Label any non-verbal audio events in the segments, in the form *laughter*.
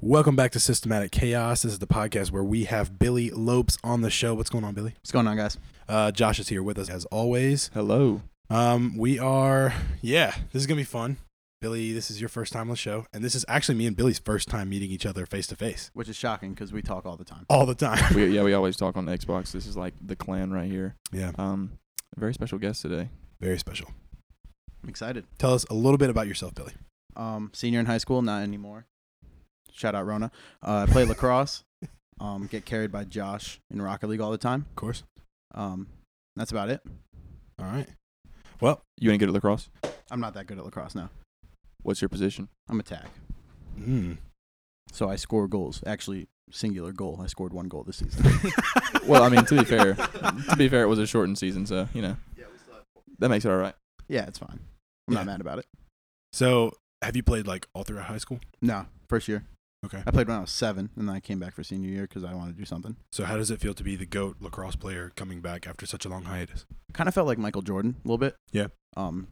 Welcome back to Systematic Chaos. This is the podcast where we have Billy Lopes on the show. What's going on, Billy? What's going on, guys? Uh, Josh is here with us as always. Hello. Um, we are, yeah, this is gonna be fun. Billy, this is your first time on the show, and this is actually me and Billy's first time meeting each other face to face Which is shocking because we talk all the time. all the time. we, yeah, we always talk on the Xbox. This is like the clan right here. *laughs* Yeah, Um, a very special guest today. very special. I'm excited. Tell us a little bit about yourself, Billy. Um, senior in high school, not anymore. Shout out Rona. Uh, I play lacrosse. Um, get carried by Josh in Rocket League all the time. Of course. Um, that's about it. All right. You ain't good at lacrosse. I'm not that good at lacrosse now. What's your position? I'm attack. Mm. So I score goals. Actually, singular goal. I scored one goal this season. *laughs* Well, I mean, to be fair- To be fair, it was a shortened season, so you know that makes it all right. Yeah, it's fine. I'm Yeah. not mad about it. So, have you played like all throughout high school? No, first year. Okay. I played when I was seven, and then I came back for senior year because I wanted to do something. So, how does it feel to be the goat lacrosse player coming back after such a long hiatus? kind of felt like Michael Jordan a little bit. Yeah. Um,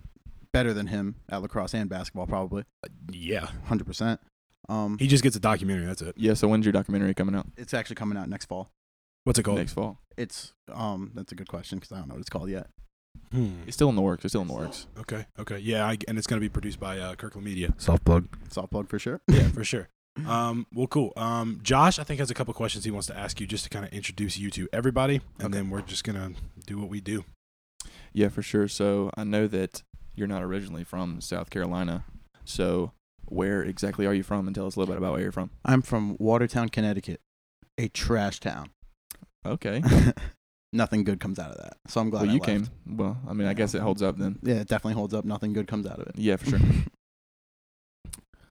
better than him at lacrosse and basketball, probably Yeah, hundred percent. Um, he just gets a documentary. That's it. Yeah. So when's your documentary coming out? it's actually coming out next fall. What's it called? Next fall. It's um, that's a good question because I don't know what it's called yet. Hmm. It's still in the works. It's still in the works. Okay. Okay. Yeah, I, and it's gonna be produced by uh, Kirkland Media. Soft plug. Soft plug for sure. Yeah, for sure. Um, well, cool. Um, Josh, I think has a couple questions he wants to ask you just to kind of introduce you to everybody, and Okay. then we're just gonna do what we do. Yeah, for sure. So I know that you're not originally from South Carolina. So where exactly are you from? And tell us a little bit about where you're from. *laughs* I'm from Watertown, Connecticut, a trash town. *laughs* Okay. Nothing good comes out of that, so I'm glad well, I you left. came. Well, I mean, I guess it holds up then. Yeah, it definitely holds up. Nothing good comes out of it. *laughs* Yeah, for sure.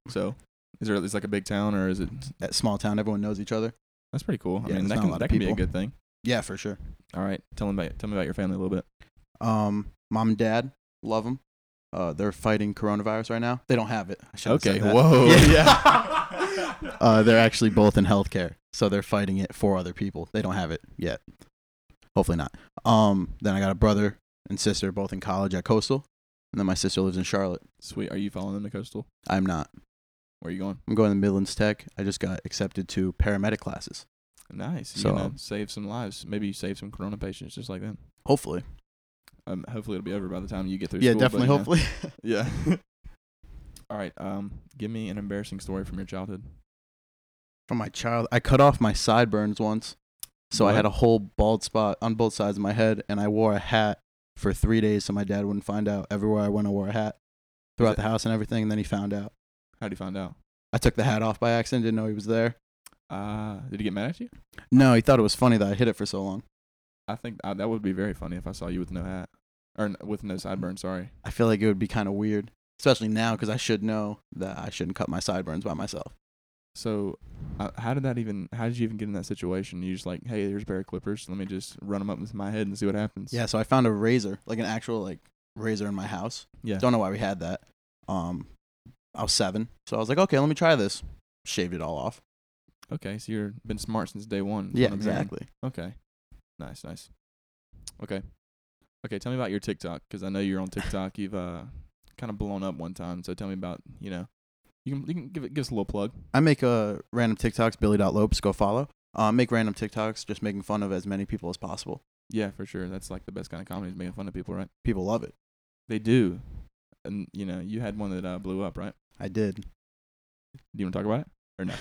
So is there at least like a big town, or is it? That small town, everyone knows each other. That's pretty cool. Yeah, I mean, it's that not a can lot that of can be a people. good thing. Yeah, for sure. All right, tell me about tell me about your family a little bit. Um, mom and dad love them. Uh, they're fighting coronavirus right now. They don't have it. I should've Okay, said that. whoa. Yeah. *laughs* uh, they're actually both in healthcare, so they're fighting it for other people. They don't have it yet. Hopefully not. Um, then I got a brother and sister, both in college at Coastal, and then my sister lives in Charlotte. Sweet, are you following them to coastal? I'm not. Where are you going? I'm going to Midlands Tech. I just got accepted to paramedic classes. Nice. You So- know, save some lives. Maybe you save some corona patients just like them. Hopefully. Um, hopefully it'll be over by the time you get through. Yeah, school, but, definitely. you know, Hopefully. *laughs* yeah. All right. Um, give me an embarrassing story from your childhood. From my child, I cut off my sideburns once, so I What? had a whole bald spot on both sides of my head, and I wore a hat for three days so my dad wouldn't find out. Everywhere I went, I wore a hat throughout it- the house and everything, and then he found out. How would you find out? I took the hat off by accident, didn't know he was there. Uh, did he get mad at you? No, he thought it was funny that I hid it for so long. I think uh, that would be very funny if I saw you with no hat or n- with no sideburn. Sorry. I feel like it would be kind of weird, especially now because I should know that I shouldn't cut my sideburns by myself. So, uh, how did that even? How did you even get in that situation? You just like, hey, there's a pair of clippers. Let me just run them up with my head and see what happens. Yeah, so I found a razor, like an actual like razor in my house. Yeah. Don't know why we had that. Um, I was seven, so I was like, okay, let me try this. Shaved it all off. Okay, so you've been smart since day one. is Yeah, what I'm saying. exactly. Okay, nice, nice. Okay, okay. Tell me about your TikTok because I know you're on TikTok. You've uh kind of blown up one time, so tell me about you know you can you can give it give us a little plug. I make uh, random TikToks, Billy.Lopes, go follow. Uh, make random TikToks, just making fun of as many people as possible. Yeah, for sure. That's like the best kind of comedy is making fun of people, right? People love it. They do, and you know you had one that uh, blew up, right? I did. Do you want to talk about it? Or no?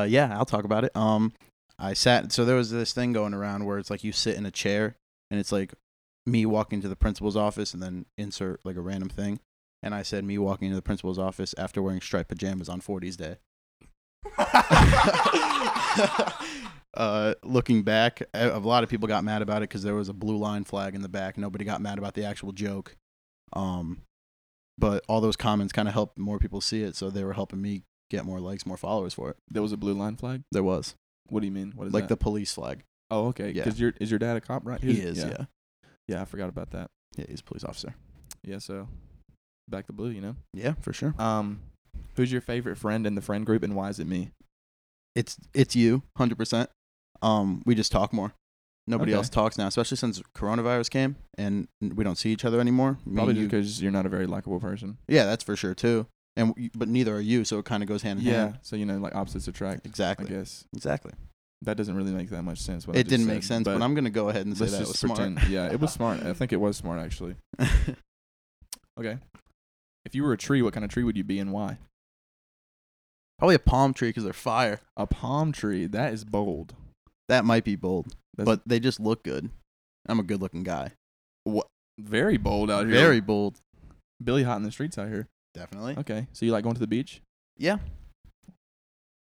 uh, yeah, I'll talk about it. Um, I sat. So there was this thing going around where it's like you sit in a chair, and it's like me walking to the principal's office, and then insert like a random thing. And I said me walking to the principal's office after wearing striped pajamas on 40s day. uh, looking back, a a lot of people got mad about it because there was a blue line flag in the back. Nobody got mad about the actual joke. Um, but all those comments kind of helped more people see it, so they were helping me get more likes, more followers for it. There was a blue line flag. There was What do you mean? What is like that? the police flag. oh okay yeah. because your is your dad a cop right? He His- is, yeah. yeah, yeah I forgot about that he's a police officer. yeah so back the blue you know Yeah, for sure. Um, who's your favorite friend in the friend group, and why is it me? It's it's you, hundred percent. Um, we just talk more. Nobody Okay. else talks now, especially since coronavirus came and we don't see each other anymore. Me Probably and you- because you're not a very likable person. yeah, that's for sure too. and w- but neither are you, so it kind of goes hand in Yeah. hand. So you know, like opposites attract. I Exactly. guess Exactly. that doesn't really make that much sense. What I it just didn't make said, sense, but, I'm gonna go ahead and say let's that just was pretend. yeah, *laughs* it was smart. I think it was smart actually. smart. Okay. If you were a tree, what kind of tree would you be and why? *laughs* Probably a palm tree because they're fire. A palm tree. That is bold. That might be bold, That's- but they just look good. I'm a good-looking guy. Very bold out here. Very bold, Billy hot in the streets out here. definitely. Okay. So you like going to the beach? Yeah.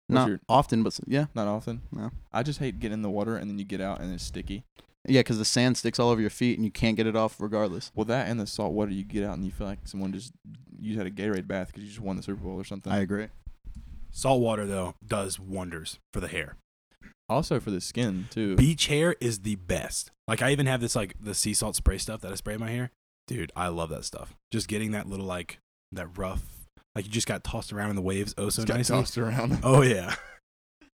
What's Not your- often, but s- yeah, Not often. No. I just hate getting in the water and then you get out and it's sticky. yeah, because the sand sticks all over your feet and you can't get it off regardless. Well, that and the salt water, you get out and you feel like someone just you had a Gatorade bath because you just won the Super Bowl or something. I agree. Salt water though does wonders for the hair. also for the skin too. Beach hair is the best. Like I even have this like the sea salt spray stuff that I spray in my hair. Dude, I love that stuff. Just getting that little like that rough like you just got tossed around in the waves oh so Just got nicely. tossed around. Oh yeah. *laughs*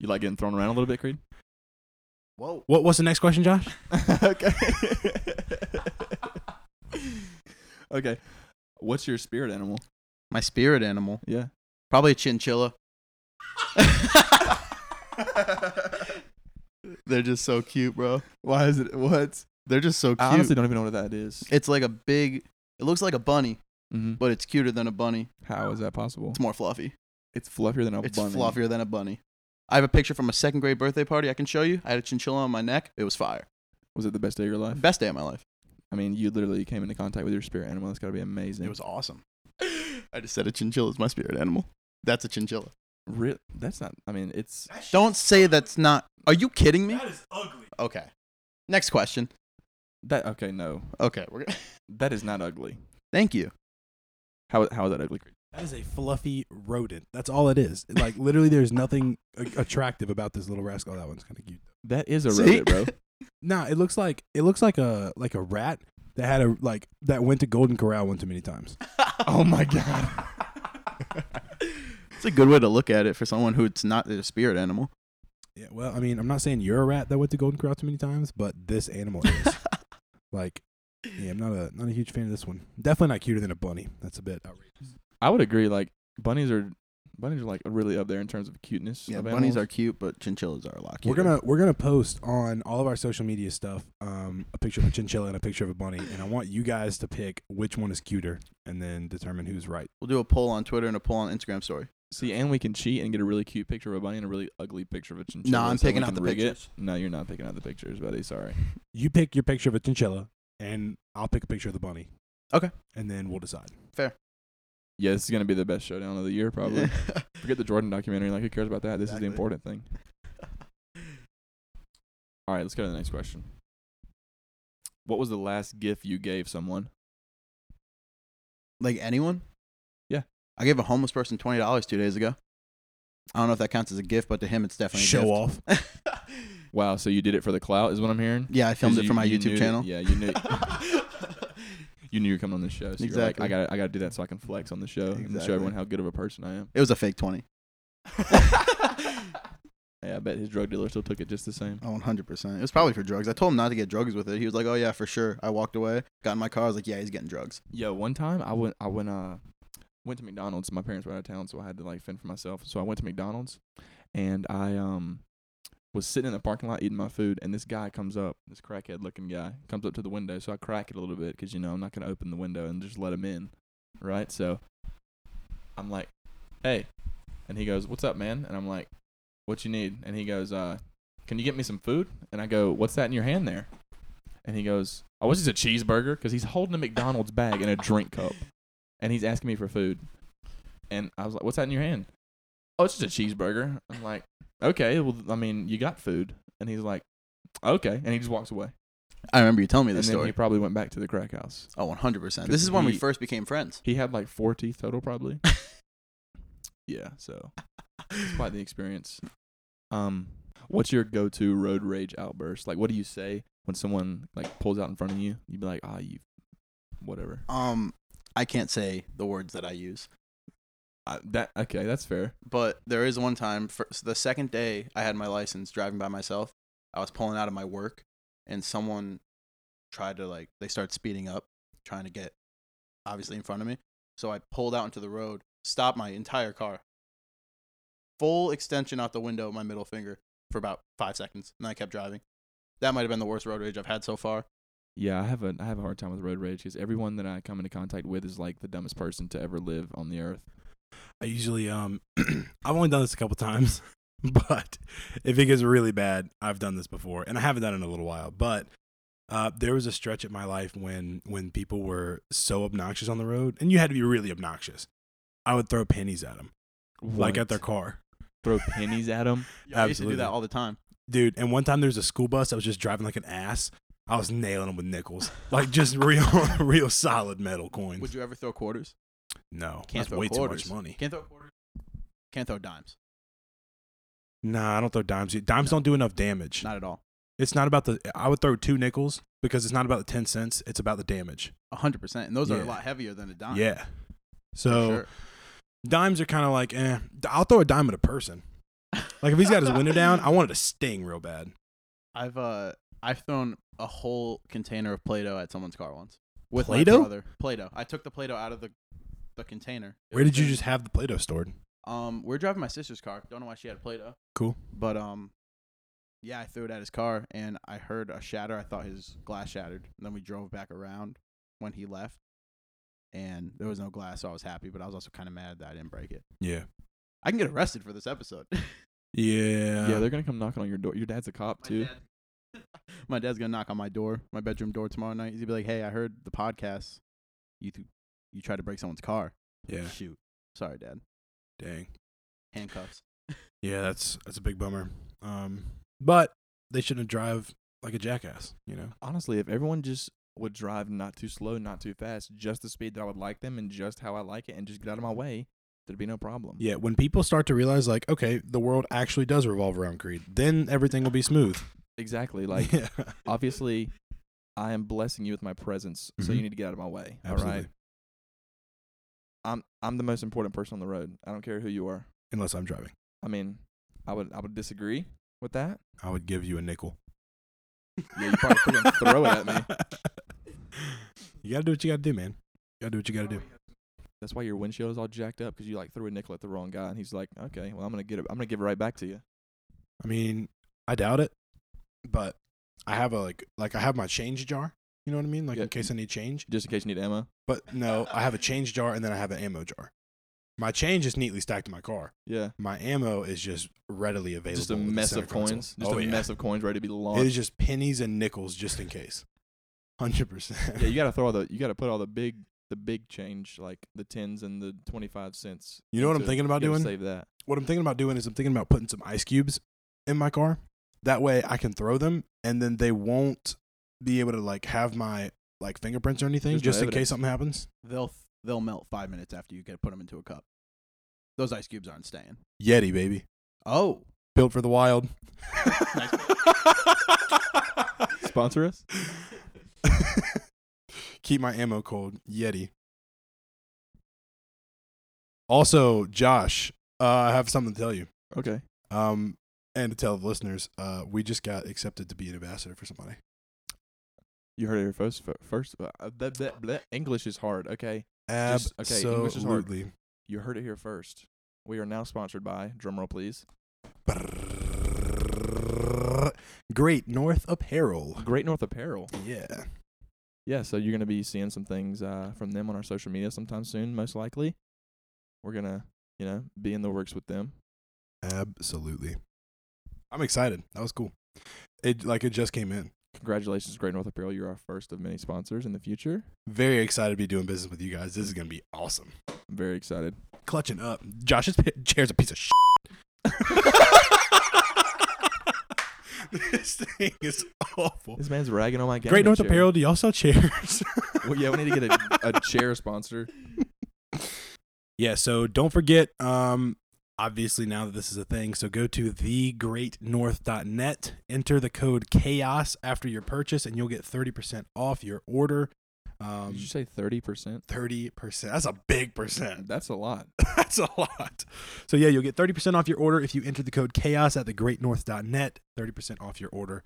You like getting thrown around a little bit, Creed? Whoa. What what's the next question, Josh? *laughs* okay. okay. What's your spirit animal? *laughs* My spirit animal, Yeah. probably a *laughs* chinchilla. They're just so cute, bro. Why is it? What? They're just so cute. I honestly don't even know what that is. it's like a big. It looks like a bunny, Mhm. but it's cuter than a bunny. How is that possible? It's more fluffy. It's fluffier than a it's bunny. fluffier than a bunny. I have a picture from a second grade birthday party I can show you. I had a chinchilla on my neck. It was fire. Was it the best day of your life? Best day of my life. I mean, you literally came into contact with your spirit animal. That's got to be amazing. It was awesome. *gasps* I just said a chinchilla is my spirit animal. That's a chinchilla. Re- that's not. I mean, it's Don't say that's not. Are you kidding me? is ugly. Okay. Next question. that. Okay, no, Okay, we're gonna. *laughs* that is not ugly. Thank you. How how is that ugly? That is a fluffy rodent. That's all it is. Like literally there's nothing a- attractive about this little rascal. That one's kind of cute. That is a See? *laughs* *laughs* rodent, bro. Nah, it looks like it looks like a like a rat that had a like that went to Golden Corral one too many times. oh my god. It's a good way to look at it for someone who's not their spirit *laughs* animal. Yeah, well, I mean, I'm not saying you're a rat that went to Golden Corral too many times, but this animal *laughs* is like, yeah, I'm not a not a huge fan of this one. Definitely not cuter than a bunny. That's a bit outrageous. I would agree. Like bunnies are bunnies are like really up there in terms of cuteness. Yeah, of bunnies animals. are cute, but chinchillas are a lot We're cuter. gonna we're gonna post on all of our social media stuff um, a picture of a chinchilla and a picture of a bunny, and I want you guys to pick which one is cuter and then determine who's right. We'll do a poll on Twitter and a poll on Instagram story. See, and we can cheat and get a really cute picture of a bunny and a really ugly picture of a chinchilla. No, I'm so we picking out can the rig it. pictures. *laughs* No, you're not picking out the pictures, buddy. Sorry. You pick your picture of a chinchilla, and I'll pick a picture of the bunny. Okay. and then we'll decide. Yeah, this is gonna be the best showdown of the year, probably. *laughs* Forget the Jordan documentary. Like, who cares about that? This Exactly. is the important thing. All right, let's go to the next question. What was the last gift you gave someone? *laughs* like anyone? Yeah. I gave a homeless person twenty dollars two days ago. I don't know if that counts as a gift, but to him, it's definitely Show a off. gift. Wow, so you did it for the clout, is what I'm hearing. *laughs* yeah, I filmed 'Cause it you- for my you YouTube knew- channel. Yeah, you knew *laughs* you knew you were coming on this show. So Exactly. You're like, I got I got to do that so I can flex on the show and show Exactly. everyone how good of a person I am. *laughs* it was a fake *laughs* twenty. Yeah, I bet his drug dealer still took it just the same. Oh, 100%. It was probably for drugs. I told him not to get drugs with it. He was like, oh, yeah, for sure. I walked away, got in my car. I was like, yeah, he's getting drugs. Yeah, one time I went I went uh went to McDonald's. My parents were out of town, so I had to like fend for myself. So I went to McDonald's and I um was sitting in the parking lot eating my food and this guy comes up, this crackhead looking guy, comes up to the window. So I crack it a little bit cuz you know, I'm not going to open the window and just let him in. Right? So I'm like, "Hey." And he goes, "What's up, man?" And I'm like, "What you need?" And he goes, "Uh, can you get me some food?" And I go, "What's that in your hand there?" And he goes, "Oh, it's just a cheeseburger," because he's holding a McDonald's bag and a drink cup, and he's asking me for food. And I was like, "What's that in your hand?" "Oh, it's just a cheeseburger." I'm like, "Okay, well, I mean, you got food." And he's like, "Okay," and he just walks away. I remember you telling me and this then story. he probably went back to the crack house. oh, 100%. This is when we He- first became friends. He had like four teeth total, probably. yeah, so it's quite the experience. Um, what's your go-to road rage outburst? Like, what do you say when someone like pulls out in front of you? You'd be like, "Ah, you, whatever." Um, I can't say the words that I use. I, that okay, that's fair. but there is one time for so the second day I had my license driving by myself. I was pulling out of my work and someone tried to like they started speeding up trying to get obviously in front of me. So I pulled out into the road. stopped my entire car. Full extension out the window of my middle finger for about five seconds, and I kept driving. That might have been the worst road rage I've had so far. Yeah, I have a I have a hard time with road rage because everyone that I come into contact with is like the dumbest person to ever live on the earth. I usually um *clears throat* I've only done this a couple times, *laughs* but if it gets really bad, I've done this before and I haven't done it in a little while, but uh, there was a stretch in my life when when people were so obnoxious on the road and you had to be really obnoxious. I would throw pennies at them, like at their car. throw pennies at I them. used to do Absolutely. that all the time. Dude, and one time there was a school bus that was just driving like an ass. I was nailing them with nickels. Like *laughs* just real *laughs* real solid metal coins. Would you ever throw quarters? no, Can't that's throw way quarters. too much money. Can't throw quarters. Can't throw dimes. Nah, I don't throw dimes. Dimes No. don't do enough damage. Not at all. It's not about the. I would throw two nickels because it's not about the ten cents. It's about the damage. A hundred percent. And those are Yeah. a lot heavier than a dime. Yeah. for So sure. dimes are kind of like, eh. I'll throw a dime at a person. Like if he's got his window down, I want it to sting real bad. I've uh I've thrown a whole container of Play-Doh at someone's car once. With Play-Doh? my brother. Play-Doh. I took the Play-Doh out of the the container. It Where was did you in- just have the Play-Doh stored? Um, we are driving my sister's car. Don't know why she had a Play-Doh. Cool. But um, yeah, I threw it at his car, and I heard a shatter. I thought his glass shattered. And then we drove back around when he left, and there was no glass, so I was happy. But I was also kind of mad that I didn't break it. Yeah. I can get arrested for this episode. *laughs* Yeah. yeah, they're gonna come knocking on your door. Your dad's a cop my, too. dad, *laughs* my dad's gonna knock on my door, my bedroom door tomorrow night. He's gonna be like, "Hey, I heard the podcast. You th- you tried to break someone's car. yeah. Shoot, sorry, dad. Dang. Handcuffs. Yeah, that's that's a big bummer. Um, but they shouldn't drive like a jackass. You know. Honestly, if everyone just would drive not too slow, not too fast, just the speed that I would like them and just how I like it, and just get out of my way, there'd be no problem. Yeah. When people start to realize, like, okay, the world actually does revolve around greed, then everything will be smooth. *laughs* exactly. Like yeah. obviously, I am blessing you with my presence, so Mhm. you need to get out of my way. Absolutely. All right. I'm I'm the most important person on the road. I don't care who you are. Unless I'm driving, I mean, I would I would disagree with that. I would give you a nickel. Yeah, you probably couldn't throw it at me. *laughs* You gotta do what you gotta do, man. You gotta do what you gotta do. That's why your windshield is all jacked up because you like threw a nickel at the wrong guy, and he's like, "Okay, well, I'm gonna get it. I'm gonna give it right back to you." I mean, I doubt it, but I have a like like I have my change jar. You know what I mean? Like Yeah. in case I need change. Just in case you need ammo. But no, I have a change jar and then I have an ammo jar. My change is neatly stacked in my car. Yeah, My ammo is just readily available. just a in the mess center of coins. console. Just oh, a yeah. mess of coins ready to be It is launched. just pennies and nickels just in case. *laughs* Hundred percent. yeah, you gotta throw all the you gotta put all the big the big change like the tens and the twenty five cents. You know what I'm into it. thinking about You gotta doing? Save that. what I'm thinking about doing is I'm thinking about putting some ice cubes in my car. That way I can throw them and then they won't be able to like have my like fingerprints or anything There's no just in case evidence. something happens. They'll they'll melt five minutes after you get put them into a cup. Those ice cubes aren't staying. Yeti, baby. Oh, Built for the wild. *laughs* Nice. Sponsor us. *laughs* Keep my ammo cold. Yeti. Also, Josh, uh, I have something to tell you. Okay. Um, and to tell the listeners, uh, we just got accepted to be an ambassador for somebody. You heard it here first. fir- First, uh, bleh, bleh, bleh. English is hard. Okay. Just- okay, English is hard. Absolutely. You heard it here first. We are now sponsored by drumroll, please. Great North Apparel. Great North Apparel. Yeah. Yeah, so you're gonna be seeing some things uh, from them on our social media sometime soon, most likely. We're gonna, you know, be in the works with them. Absolutely. I'm excited. That was cool. It like it just came in. Congratulations, Great North Apparel. You're our first of many sponsors in the future. Very excited to be doing business with you guys. This is gonna be awesome. I'm very excited. Clutching up. Josh's p- chair's a piece of shit. *laughs* this thing is awful. This man's ragging on my game. Great North Apparel. Do y'all sell chairs? Well, yeah, we need to get a, *laughs* a chair sponsor. Yeah, so don't forget, um, obviously now that this is a thing, so go to thegreatnorth.net, enter the code chaos after your purchase, and you'll get 30% off your order. Um, Did you say thirty percent? 30%. That's a big percent. *laughs* That's a lot. That's a lot. So yeah, you'll get 30% off your order if you enter the code chaos at thegreatnorth.net. 30% off your order,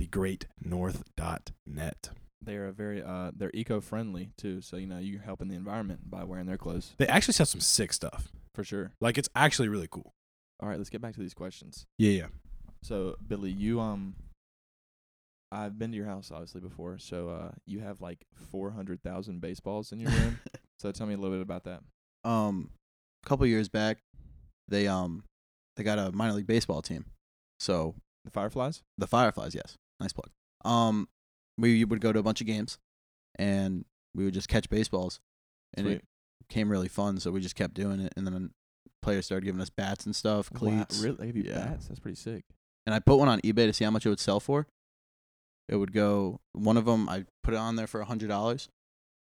thegreatnorth.net. They are very uh they're eco friendly too. So you know you're helping the environment by wearing their clothes They actually sell some sick stuff. for sure. Like it's actually really cool. All right, let's get back to these questions. Yeah, yeah. So Billy, you um, I've been to your house obviously before. So uh, you have like four hundred thousand baseballs in your *laughs* room. so tell me a little bit about that. um a couple years back they um they got a minor league baseball team so The Fireflies. the fireflies yes nice plug um we would go to a bunch of games and we would just catch baseballs and it became really fun so we just kept doing it and then players started giving us bats and stuff Wow, cleats really? They give you Yeah. bats? That's pretty sick. and i put one on ebay to see how much it would sell for it would go one of them i put it on there for a hundred dollars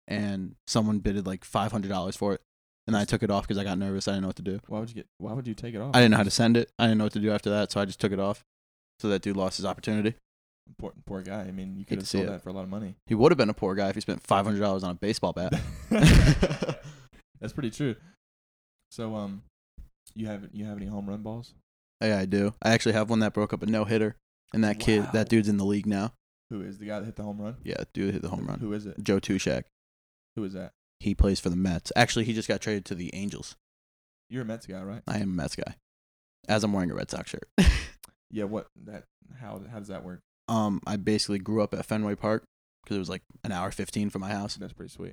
and someone bidded like five hundred dollars for it and i took it off because i got nervous i didn't know what to do Why would you get? Why would you take it off? I didn't know how to send it. I didn't know what to do after that, so I just took it off. So that dude lost his opportunity. Poor, poor guy. I mean, you Hate to could have see sold it. that for a lot of *laughs* money. *laughs* He would have been a poor guy if he spent five hundred dollars on a baseball bat. That's pretty true. So um, you have you have any home run balls? yeah, I do. I actually have one that broke up a no hitter, and that kid, Wow. that dude's in the league now. Who is the guy that hit the home run? Yeah, dude hit the home run. Who is it? Joe Tushak. Who is that? He plays for the Mets. Actually, he just got traded to the Angels. You're a Mets guy, right? I am a Mets guy, as I'm wearing a Red Sox shirt. Yeah. What that? How how does that work? um, I basically grew up at Fenway Park because it was like an hour fifteen from my house, That's pretty sweet,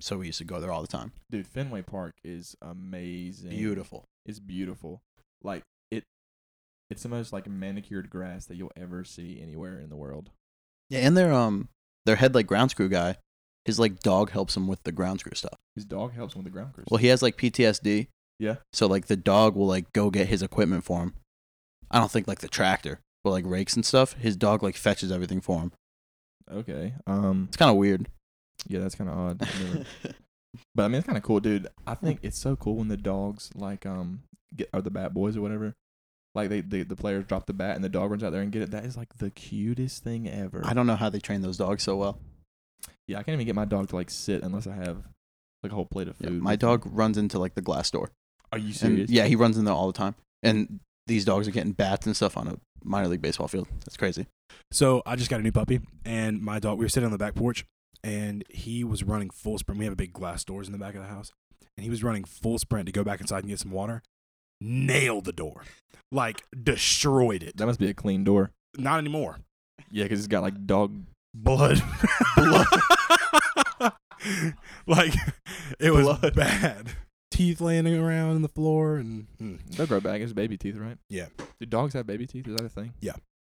so we used to go there all the time. dude. Fenway Park is amazing. Beautiful. It's beautiful. Like it, it's the most like manicured grass that you'll ever see anywhere in the world. Yeah, and their um their head like grounds crew guy, his like dog helps him with the grounds crew stuff. His dog helps him with the ground crew. Well, he has like PTSD. Yeah. So like the dog will like go get his equipment for him. I don't think like the tractor, but like rakes and stuff. His dog like fetches everything for him. okay. Um. It's kind of weird. Yeah, that's kind *laughs* of odd. I've never- But I mean, it's kind of cool, dude. I think it's so cool when the dogs like um get or the bat boys or whatever, like they, they the players drop the bat and the dog runs out there and get it. That is like the cutest thing ever. I don't know how they train those dogs so well. yeah, I can't even get my dog to like sit unless I have like a whole plate of Yeah, food. my with me. dog runs into like the glass door. Are you And, serious? yeah, he runs in there all the time. And these dogs are getting bats and stuff on a minor league baseball field. That's crazy. So I just got a new puppy, and my dog. We were sitting on the back porch, and he was running full sprint. We have a big glass doors in the back of the house, and he was running full sprint to go back inside and get some water. Nailed the door, like destroyed it. That must be a clean door. Not anymore. Yeah, because it's got like dog. Blood, blood. *laughs* like it was bad. Teeth landing around on the floor, and mm, They'll grow back. It's baby teeth, right? Yeah. Do dogs have baby teeth? Is that a thing?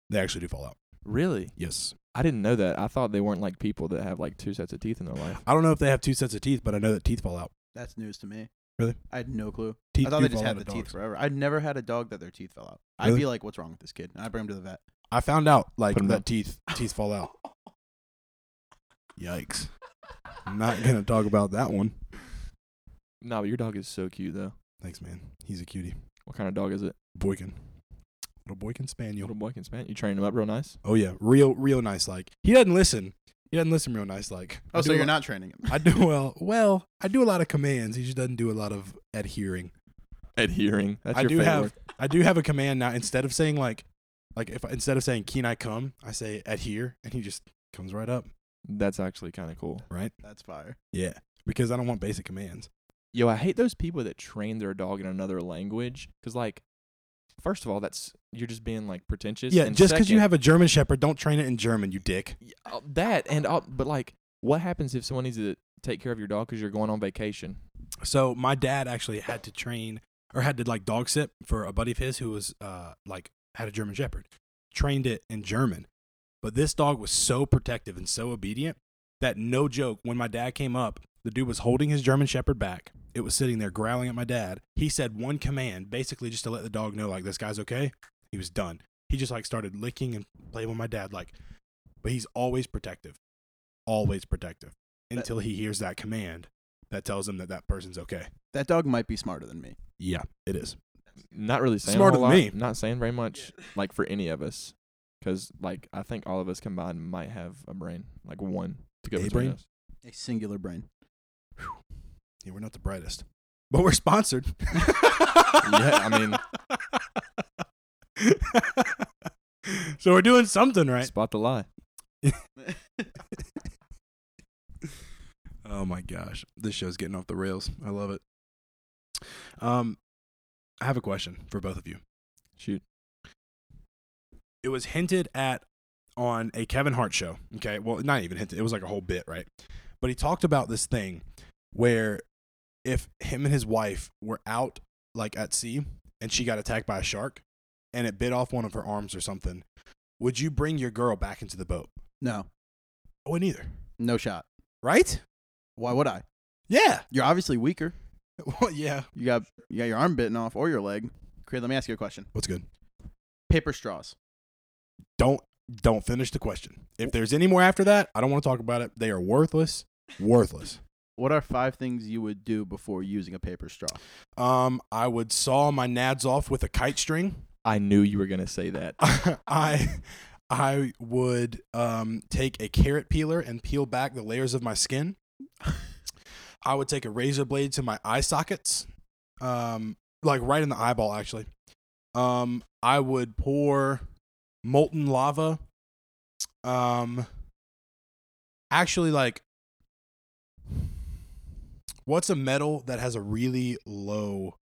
they actually do fall out. Really? Yes. I didn't know that. I thought they weren't like people that have like two sets of teeth in their *sighs* life. I don't know if they have two sets of teeth, but I know that teeth fall out. That's news to me. Really? I had no clue. Teeth I thought do they just fall had out the of teeth dogs. forever. I'd never had a dog that their teeth fell out. I'd Really? be like, "What's wrong with this kid?" And I bring him to the vet. I found out like Put 'em that up. teeth teeth fall out. Yikes. I'm not gonna talk about that one. No, but your dog is so cute though. Thanks, man. He's a cutie. What kind of dog is it? Boykin. Little Boykin Spaniel. Little boy can span. You train him up real *laughs* nice. Oh yeah. Real real nice like. He doesn't listen. He doesn't listen real nice like. Oh, I so do a you're lo- not training him? I do well well, I do a lot of commands. He just doesn't do a lot of adhering. Adhering. That's I your do favorite have word. I do have a command now. Instead of saying like like if instead of saying can I come, I say adhere and he just comes right up, That's actually kind of cool. right? *laughs* That's fire. Yeah. Because I don't want basic commands. Yo, I hate those people that train their dog in another language. Cause like, first of all, that's you're just being like pretentious. Yeah, and just because you second- have a German Shepherd, don't train it in German, you dick. Yeah, uh, that and uh, but like, what happens if someone needs to take care of your dog because you're going on vacation? So my dad actually had to train or had to like dog sit for a buddy of his who was uh like had a German Shepherd, trained it in German. But this dog was so protective and so obedient that no joke, when my dad came up, the dude was holding his German Shepherd back. It was sitting there growling at my dad. He said one command, basically just to let the dog know like this guy's okay. He was done. He just like started licking and playing with my dad like but he's always protective. Always protective until he hears that command that tells him that that person's okay. That dog might be smarter than me. Yeah, it is. Not really saying a Smarter whole than lot, me. Not saying very much like for any of us, because like I think all of us combined might have a brain, like one to go A between brain? us. A *laughs* singular brain. Yeah, we're not the brightest, but we're sponsored. *laughs* I mean, so we're doing something right. Spot the lie. Oh my gosh, this show's getting off the rails. I love it. Um, I have a question for both of you. Shoot. It was hinted at on a Kevin Hart show. Okay, well, not even hinted. It was like a whole bit, right? But he talked about this thing where if him and his wife were out like at sea and she got attacked by a shark and it bit off one of her arms or something, would you bring your girl back into the boat? No, I wouldn't either. no shot. Right? Why would I? Yeah. *laughs* You're obviously weaker. Well, yeah. You got you got your arm bitten off or your leg. Okay, let me ask you a question. What's good? Paper straws. don't don't finish the question. If there's any more after that, I don't want to talk about it. They are worthless, worthless. What are five things you would do before using a paper straw? Um, I would saw my nads off with a kite string. I knew you were gonna say that. *laughs* I I would um take a carrot peeler and peel back the layers of my skin. I would take a razor blade to my eye sockets, um, like right in the eyeball actually. Um, I would pour molten lava. Um, actually, like, what's a metal that has a really low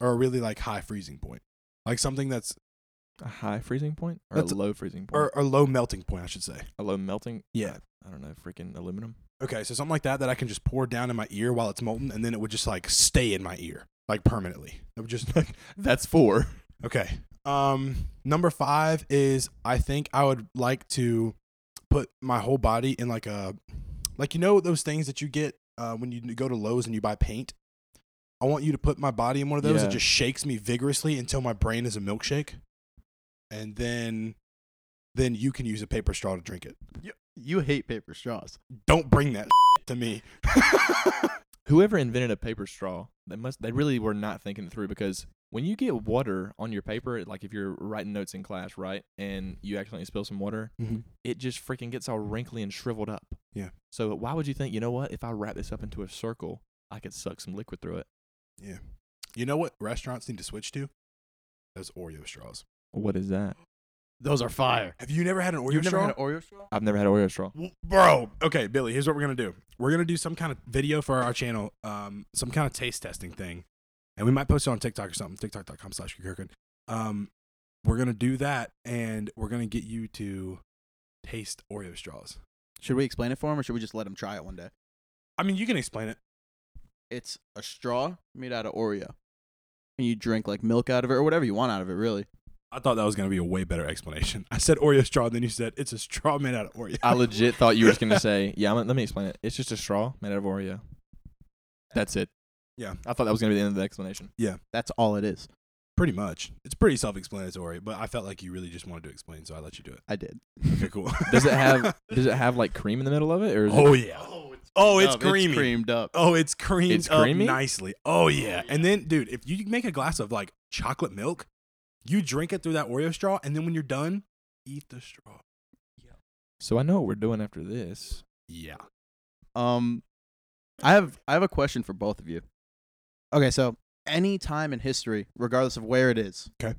or a really like high freezing point? Like something that's A high freezing point or That's- a low freezing point? or, or low melting point, I should say. a low melting? Yeah. I don't know. Freaking aluminum. Okay, so something like that that I can just pour down in my ear while it's molten, and then it would just like stay in my ear like permanently. It would just *laughs* like That's four. *laughs* okay. Um, number five is I think I would like to put my whole body in like a like you know those things that you get uh, when you go to Lowe's and you buy paint. I want you to put my body in one of those that Yeah. just shakes me vigorously until my brain is a milkshake, and then then you can use a paper straw to drink it. You hate paper straws. Don't bring that *laughs* to me. Whoever invented a paper straw, they must they really were not thinking it through because when you get water on your paper, like if you're writing notes in class, right, and you accidentally spill some water, Mm-hmm. Mhm. it just freaking gets all wrinkly and shriveled up. Yeah. So why would you think, you know what, if I wrap this up into a circle, I could suck some liquid through it? You know what restaurants need to switch to? Those Oreo straws. What is that? Those are fire. Have you never had an Oreo You've never straw? had an Oreo straw? I've never had an Oreo straw. W- Bro, okay, Billy, here's what we're going to do. We're going to do some kind of video for our channel, um, some kind of taste testing thing. And we might post it on TikTok or something, tiktok.com slash Kirkland. Um, we're going to do that and we're going to get you to taste Oreo straws. Should we explain it for him or should we just let him try it one day? I mean, you can explain it. It's a straw made out of Oreo. And you drink like milk out of it or whatever you want out of it, really. I thought that was going to be a way better explanation. *laughs* I said Oreo straw, and then you said it's a straw made out of Oreo. I legit thought you were just *laughs* gonna say, "Yeah, I'm, let me explain it. It's just a straw made out of Oreo." That's it. Yeah. I thought that was gonna be the end of *laughs* the explanation. That's all it is. Pretty much. It's pretty self explanatory, but I felt like you really just wanted to explain, so I let you do it. I did. Okay, cool. *laughs* Does *laughs* it have Does it have like cream in the middle of it, or is Oh it, yeah. Oh, it's creamy. creamed up. Oh, it's creamed It's up creamy? nicely. Oh yeah. And then, dude, if you make a glass of like chocolate milk, you drink it through that Oreo straw, and then when you're done, eat the straw. so? I know what we're doing after this. Yeah. Um, I have I have a question for both of you. Okay, so any time in history, regardless of where it is, Okay.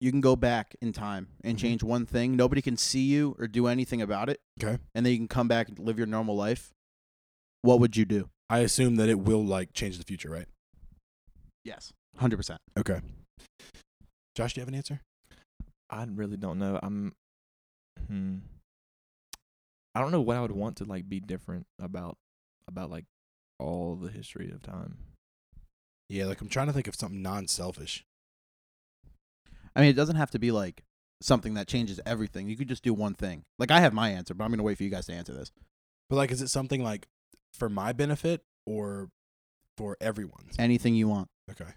you can go back in time and Mhm. change one thing. Nobody can see you or do anything about it. Okay. and then you can come back and live your normal life. What would you do? I assume that it will like change the future, right? Yes, hundred percent. Okay. Josh, do you have an answer? I really don't know. I'm. Hmm. I don't know what I would want to like be different about about like all the history of time. Yeah, like I'm trying to think of something non-selfish. I mean, it doesn't have to be like something that changes everything. You could just do one thing. Like I have my answer, but I'm gonna wait for you guys to answer this. But like, is it something like for my benefit or for everyone's? Anything you want. Okay.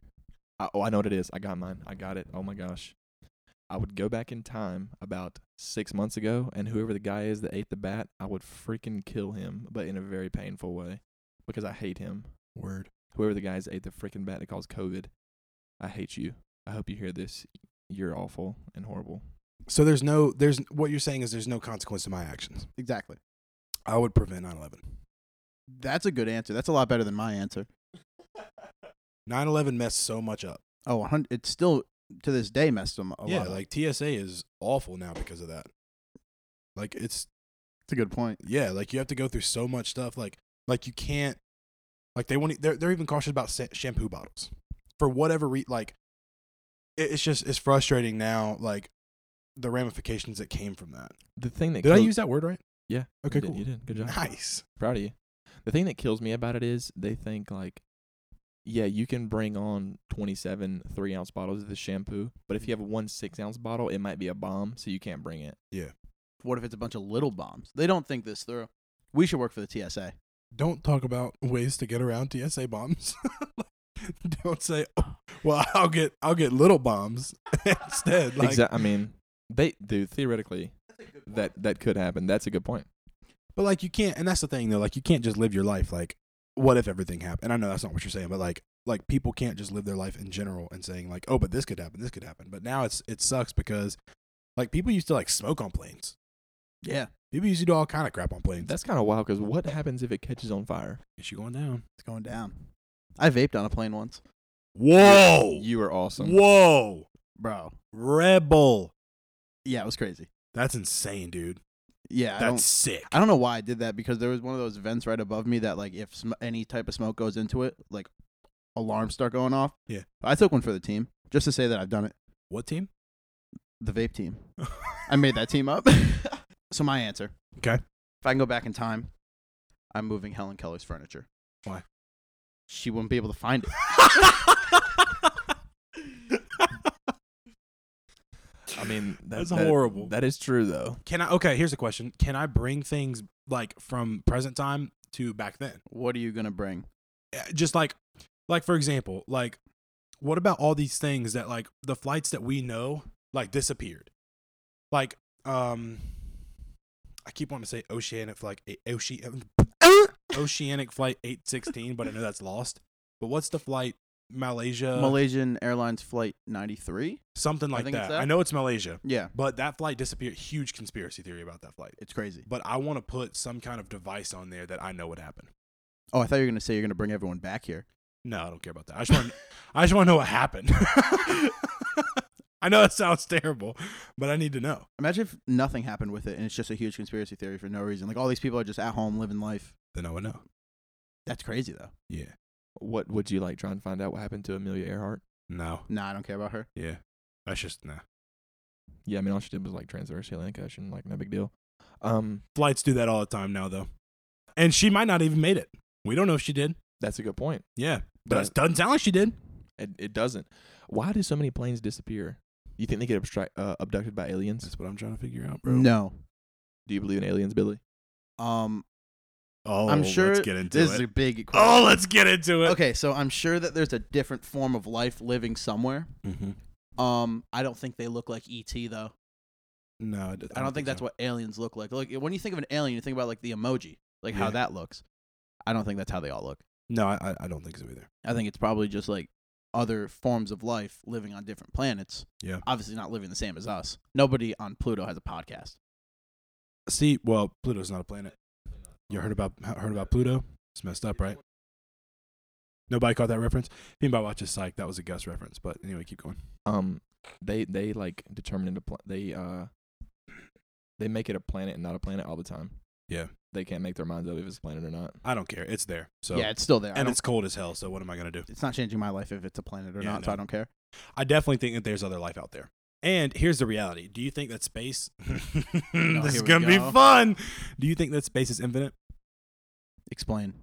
I, oh, I know what it is. I got mine. I got it. Oh my gosh. I would go back in time about six months ago, and whoever the guy is that ate the bat, I would freaking kill him, but in a very painful way because I hate him. Word. Whoever the guy is that ate the freaking bat that caused COVID, I hate you. I hope you hear this. You're awful and horrible. So there's no there's what you're saying is there's no consequence to my actions. Exactly. I would prevent 9/11. That's a good answer. That's a lot better than my answer. 9/11 messed so much up. Oh, a hun- it's still to this day messed them a yeah, lot. Like like TSA is awful now because of that. Like it's it's a good point. yeah, like you have to go through so much stuff. Like Like you can't. Like they want. They're they're even cautious about sa- shampoo bottles for whatever reason. Like it, it's just it's frustrating now. Like the ramifications that came from that. The thing that Did I kill- use that word right? Yeah, Okay. you did- Cool. You did good job. Nice. Proud of you. The thing that kills me about it is they think like, yeah, you can bring on 27 three ounce bottles of the shampoo, but if you have one six ounce bottle, it might be a bomb, so you can't bring it. What if it's a bunch of little bombs? They don't think this through. We should work for the TSA. Don't talk about ways to get around TSA bombs. *laughs* Don't say, oh, "Well, I'll get I'll get little bombs *laughs* instead." Like, Exact I mean, they do theoretically that that could happen. That's a good point. But like you can't, and that's the thing though. Like you can't just live your life like, what if everything happened? And I know that's not what you're saying, but like, like people can't just live their life in general and saying like, oh, but this could happen, this could happen. But now it's it sucks because, like, people used to like smoke on planes. Yeah. People used to do all kind of crap on planes. That's kind of wild because what happens if it catches on fire? Is she going down? It's going down. I vaped on a plane once. Whoa, You are awesome. whoa, Bro. rebel. Yeah, it was crazy. That's insane, dude. Yeah. I that's don't, sick. I don't know why I did that because there was one of those vents right above me that, like, if sm- any type of smoke goes into it, like, alarms start going off. Yeah. I took one for the team just to say that I've done it. What team? The vape team. I made that team up. *laughs* so, my answer. Okay. If I can go back in time, I'm moving Helen Keller's furniture. Why? She wouldn't be able to find it. I mean, that- That's that- horrible. That is true though. *laughs* Can I? Okay, here's a question. Can I bring things like from present time to back then? What are you going to bring? Uh, Just like, like for example, like what about all these things that like the flights that we know like disappeared, like um, I keep wanting to say oceanic like ocean uh, oceanic flight eight sixteen, but I know that's lost. But what's the flight? Malaysia, Malaysian Airlines Flight 93? something like think it's that. that. I know it's Malaysia, Yeah, but that flight disappeared. Huge conspiracy theory about that flight. it's crazy. but I want to put some kind of device on there that I know would happen. Oh, I thought you were going to say you're going to bring everyone back here. No, I don't care about that. I just want I just want to know what happened. *laughs* I know that sounds terrible, but I need to know. Imagine if nothing happened with it and it's just a huge conspiracy theory for no reason. Like all these people are just at home living life. Then I would know. That's crazy though. Yeah. What would you like try and find out what happened to Amelia Earhart? No. Nah, I don't care about her. Yeah. That's just nah. Yeah, I mean, all she did was like transverse the Atlantic Ocean, like no big deal. Um, Flights do that all the time now, though. And she might not even made it. We don't know if she did. that's a good point. Yeah, but But- it doesn't sound like she did. It, it doesn't. Why do so many planes disappear? You think they get abstract, uh, abducted by aliens? what I'm trying to figure out, No. Do you believe in aliens, Billy? Um Oh, I'm sure Let's get into this it. is a big question. oh, let's get into it. Okay, so I'm sure that there's a different form of life living somewhere. Mm-hmm. Um I don't think they look like ET though. No, I don't, I don't think that's what aliens look like. Like when you think of an alien, you think about like the emoji, like Yeah. how that looks. I don't think that's how they all look. No, I, I- I don't think so either. I think it's probably just like other forms of life living on different planets. Yeah. Obviously not living the same as us. Nobody on Pluto has a podcast. See, well, Pluto's not a planet. You heard about heard about Pluto? It's messed up, right? Nobody caught that reference. If anybody watches Psych, that was a Gus reference. But anyway, keep going. Um, they they like determine into pl- they uh they make it a planet and not a planet all the time. Yeah. they can't make their minds up if it's a planet or not. I don't care. It's there. So yeah, it's still there. and it's cold as hell. So what am I gonna do? it's not changing my life if it's a planet or Yeah, not, so no. I don't care. I definitely think that there's other life out there. And here's the reality. Do you think that *laughs* space? *laughs* this here is we gonna be go. fun. Do you think that space is infinite? Explain.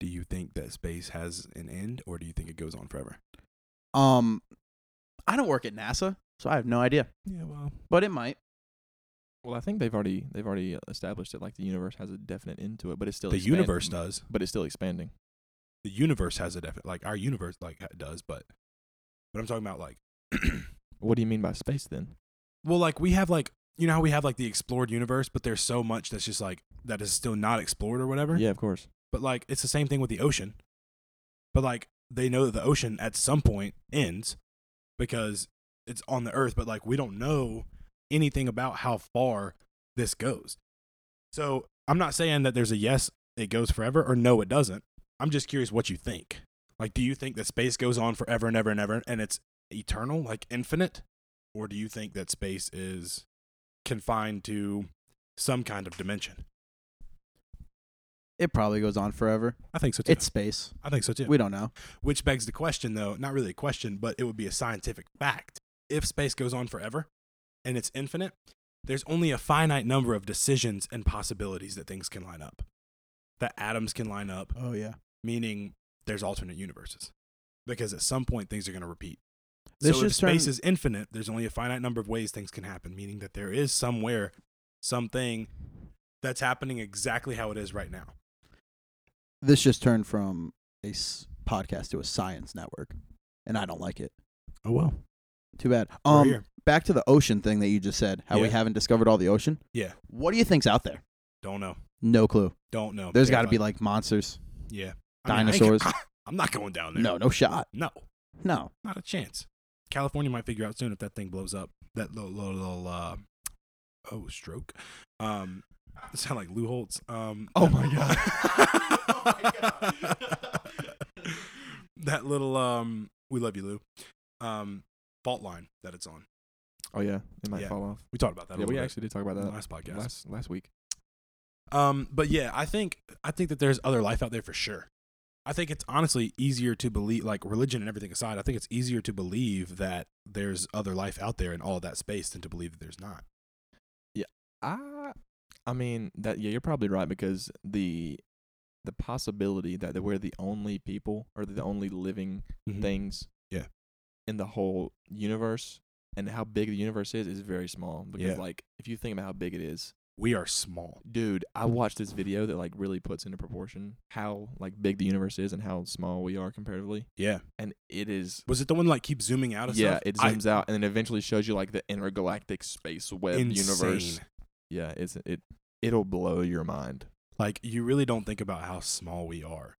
Do you think that space has an end, or do you think it goes on forever? Um I don't work at NASA, so I have no idea. Yeah, well, But it might. Well, I think they've already they've already established that like the universe has a definite end to it, but it's still the expand- universe does. but it's still expanding. the universe has a definite like our universe like ha- does but but i'm talking about like What do you mean by space then? well like we have like you know how we have like the explored universe but there's so much that's just like that is still not explored or whatever Yeah, of course. but like it's the same thing with the ocean but like they know that the ocean at some point ends because it's on the earth but like we don't know anything about how far this goes so i'm not saying that there's a yes it goes forever or no it doesn't i'm just curious what you think like do you think that space goes on forever and ever and ever and it's eternal like infinite or do you think that space is confined to some kind of dimension It probably goes on forever. I think so too. It's space. I think so too. We don't know. Which begs the question, though, not really a question, but it would be a scientific fact. If space goes on forever and it's infinite, there's only a finite number of decisions and possibilities that things can line up, that atoms can line up, Oh yeah. meaning there's alternate universes. Because at some point, things are going to repeat. This so if just turned- space is infinite, there's only a finite number of ways things can happen, meaning that there is somewhere something that's happening exactly how it is right now. This just turned from a s- podcast to a science network, and I don't like it. Oh, well. Too bad. We're Um, here. back to the ocean thing that you just said. How we Yeah. haven't discovered all the ocean. Yeah. What do you think's out there? Don't know. No clue. Don't know. There's got to Terrified. be like monsters. Yeah. I mean, I ain't- Dinosaurs. *laughs* I'm not going down there. No, no shot. No, No. not a chance. California might figure out soon if that thing blows up. That little, little, little uh, oh, stroke. Um, *laughs* I sound like Lou Holtz. Um, Oh that- my God. *laughs* that little, um, we love you, Lou. Um, fault line that it's on. Oh yeah, it might Yeah. fall off. We talked about that. yeah, a we little actually did talk about bit in the that last podcast. last last week. Um, but yeah, I think I think that there's other life out there for sure. I think it's honestly easier to believe, like religion and everything aside, I think it's easier to believe that there's other life out there in all of that space than to believe that there's not. I, I mean that. Yeah, you're probably right because the the possibility that we're the only people or the only living things Mm-hmm. Yeah. in the whole universe and how big the universe is is very small because Yeah. like if you think about how big it is We are small. dude i watched this video that like really puts into proportion how like big the universe is and how small we are comparatively Yeah. and it is Was it the one like keeps zooming out? Of yeah stuff? it I- zooms out and then eventually shows you like the intergalactic space web universe insane. yeah it's it it'll blow your *laughs* mind Like you really don't think about how small we are,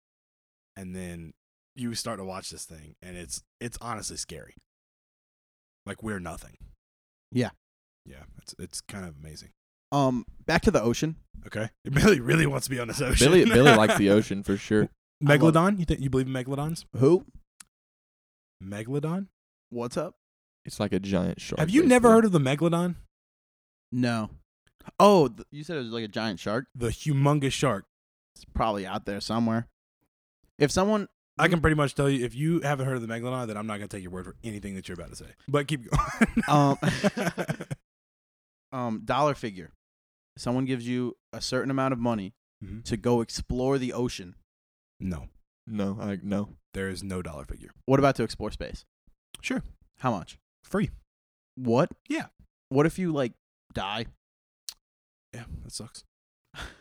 and then you start to watch this thing, and it's it's honestly scary. Like we're nothing. Yeah. Yeah. It's it's kind of amazing. Um, back to the ocean. Okay. *laughs* Billy really wants to be on this ocean. billy *laughs* billy likes the ocean for I sure love- Megalodon? You think you believe in megalodons? Who? Megalodon? What's up? it's like a giant shark Have you never heard of the megalodon? No. Oh, th- you said it was like a giant shark. The humongous shark. It's probably out there somewhere. If someone, I Mm. can pretty much tell you if you haven't heard of the megalodon, then I'm not gonna take your word for anything that you're about to say. But keep going. *laughs* Um, um, dollar figure, someone gives you a certain amount of money Mhm. to go explore the ocean. *laughs* no, no i no there is no dollar figure. What about to explore space? Sure. How much? Free. What? Yeah. What if you like die? Yeah, that sucks. *laughs* I,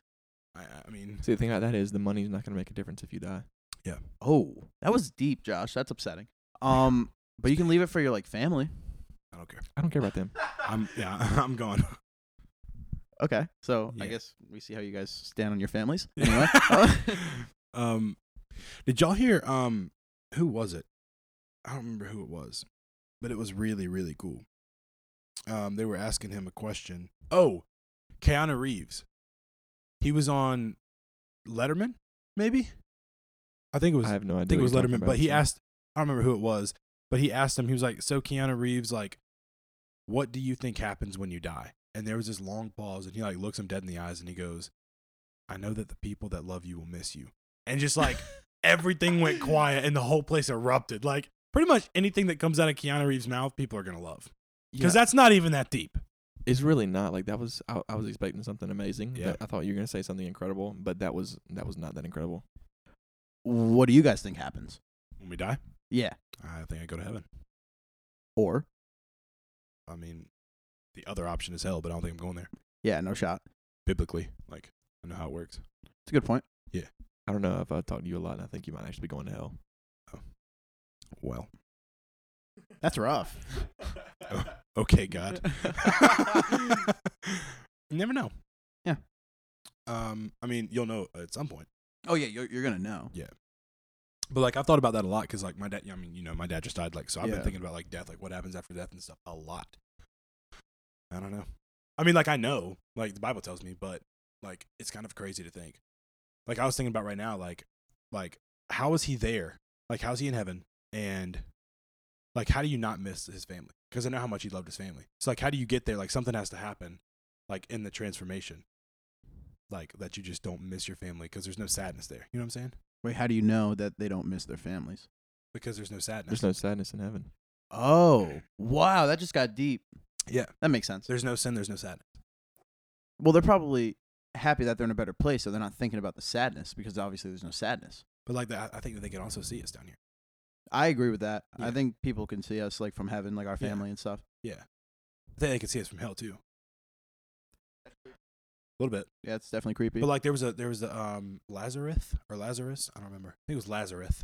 I mean see the thing about that is the money's not going to make a difference if you die Oh, that was deep, Josh. That's upsetting. *laughs* Um, but you can leave it for your like family. I don't care. i don't care about them I'm yeah, *laughs* I'm gone. Okay. So I Yeah. guess we see how you guys stand on *laughs* your families. Anyway. um, did y'all hear? Um, who was it? I don't remember who it was, but it was really really cool. Um, they were asking him a question. Oh, Keanu Reeves. He was on Letterman, maybe. I think it was. i I, have no idea think it what was you're talking Letterman, about, but he so- asked. I don't remember who it was, but he asked him. He was like, "So Keanu Reeves, like, what do you think happens when you die?" And there was this long pause, and he like looks him dead in the eyes, and he goes, "I know that the people that love you will miss you," and just *laughs* like everything went quiet and the whole place erupted. Like pretty much anything that comes out of Keanu Reeves' mouth, people are gonna love Yeah. because that's not even that deep. it's really not like that was I, I was expecting something amazing. Yeah. that I thought you were gonna say something incredible, but that was that was not that incredible. *laughs* what do you guys think happens? When we die, Yeah. I think I go to heaven. Or I mean, the other option is hell, but I don't think I'm going there yeah, no shot. biblically. Like I know how it works. It's a good point. I don't know if I talked to you a lot, and I think you might actually be going to hell. Well, *laughs* That's rough. Oh, okay, *laughs* God. you never know. Yeah. Um, I mean, you'll know at some point. Oh yeah, you're, you're gonna know. But like I've thought about that a lot because like my dad, I mean, you know, my dad just died. Like, so I've Yeah. been thinking about like death, like what happens after death and stuff a lot. I don't know. I mean, like I know, like the Bible tells me, but like it's kind of crazy to think. Like I was thinking about right now, like, like how is he there? Like how's he in heaven? And like how do you not miss his family? Because I know how much he loved his family. So like how do you get there? Like something has to happen, like in the transformation. like that you just don't miss your family because there's no sadness there. You know what I'm saying? Wait, how do you know that they don't miss their families? Because there's no sadness. There's no sadness in heaven. Oh, wow, that just got deep. yeah. That makes sense. There's no sin. There's no sadness. Well, they're probably happy that they're in a better place, so they're not thinking about the sadness because obviously there's no sadness. But like that, I think that they can also see us down here. I agree with that. I Yeah. think people can see us like from heaven, like our Yeah. family and stuff. Yeah. I think they can see us from hell too. A little bit. Yeah, it's definitely creepy. But like there was a there was a um Lazarus or Lazarus, I don't remember. I think it was Lazarus.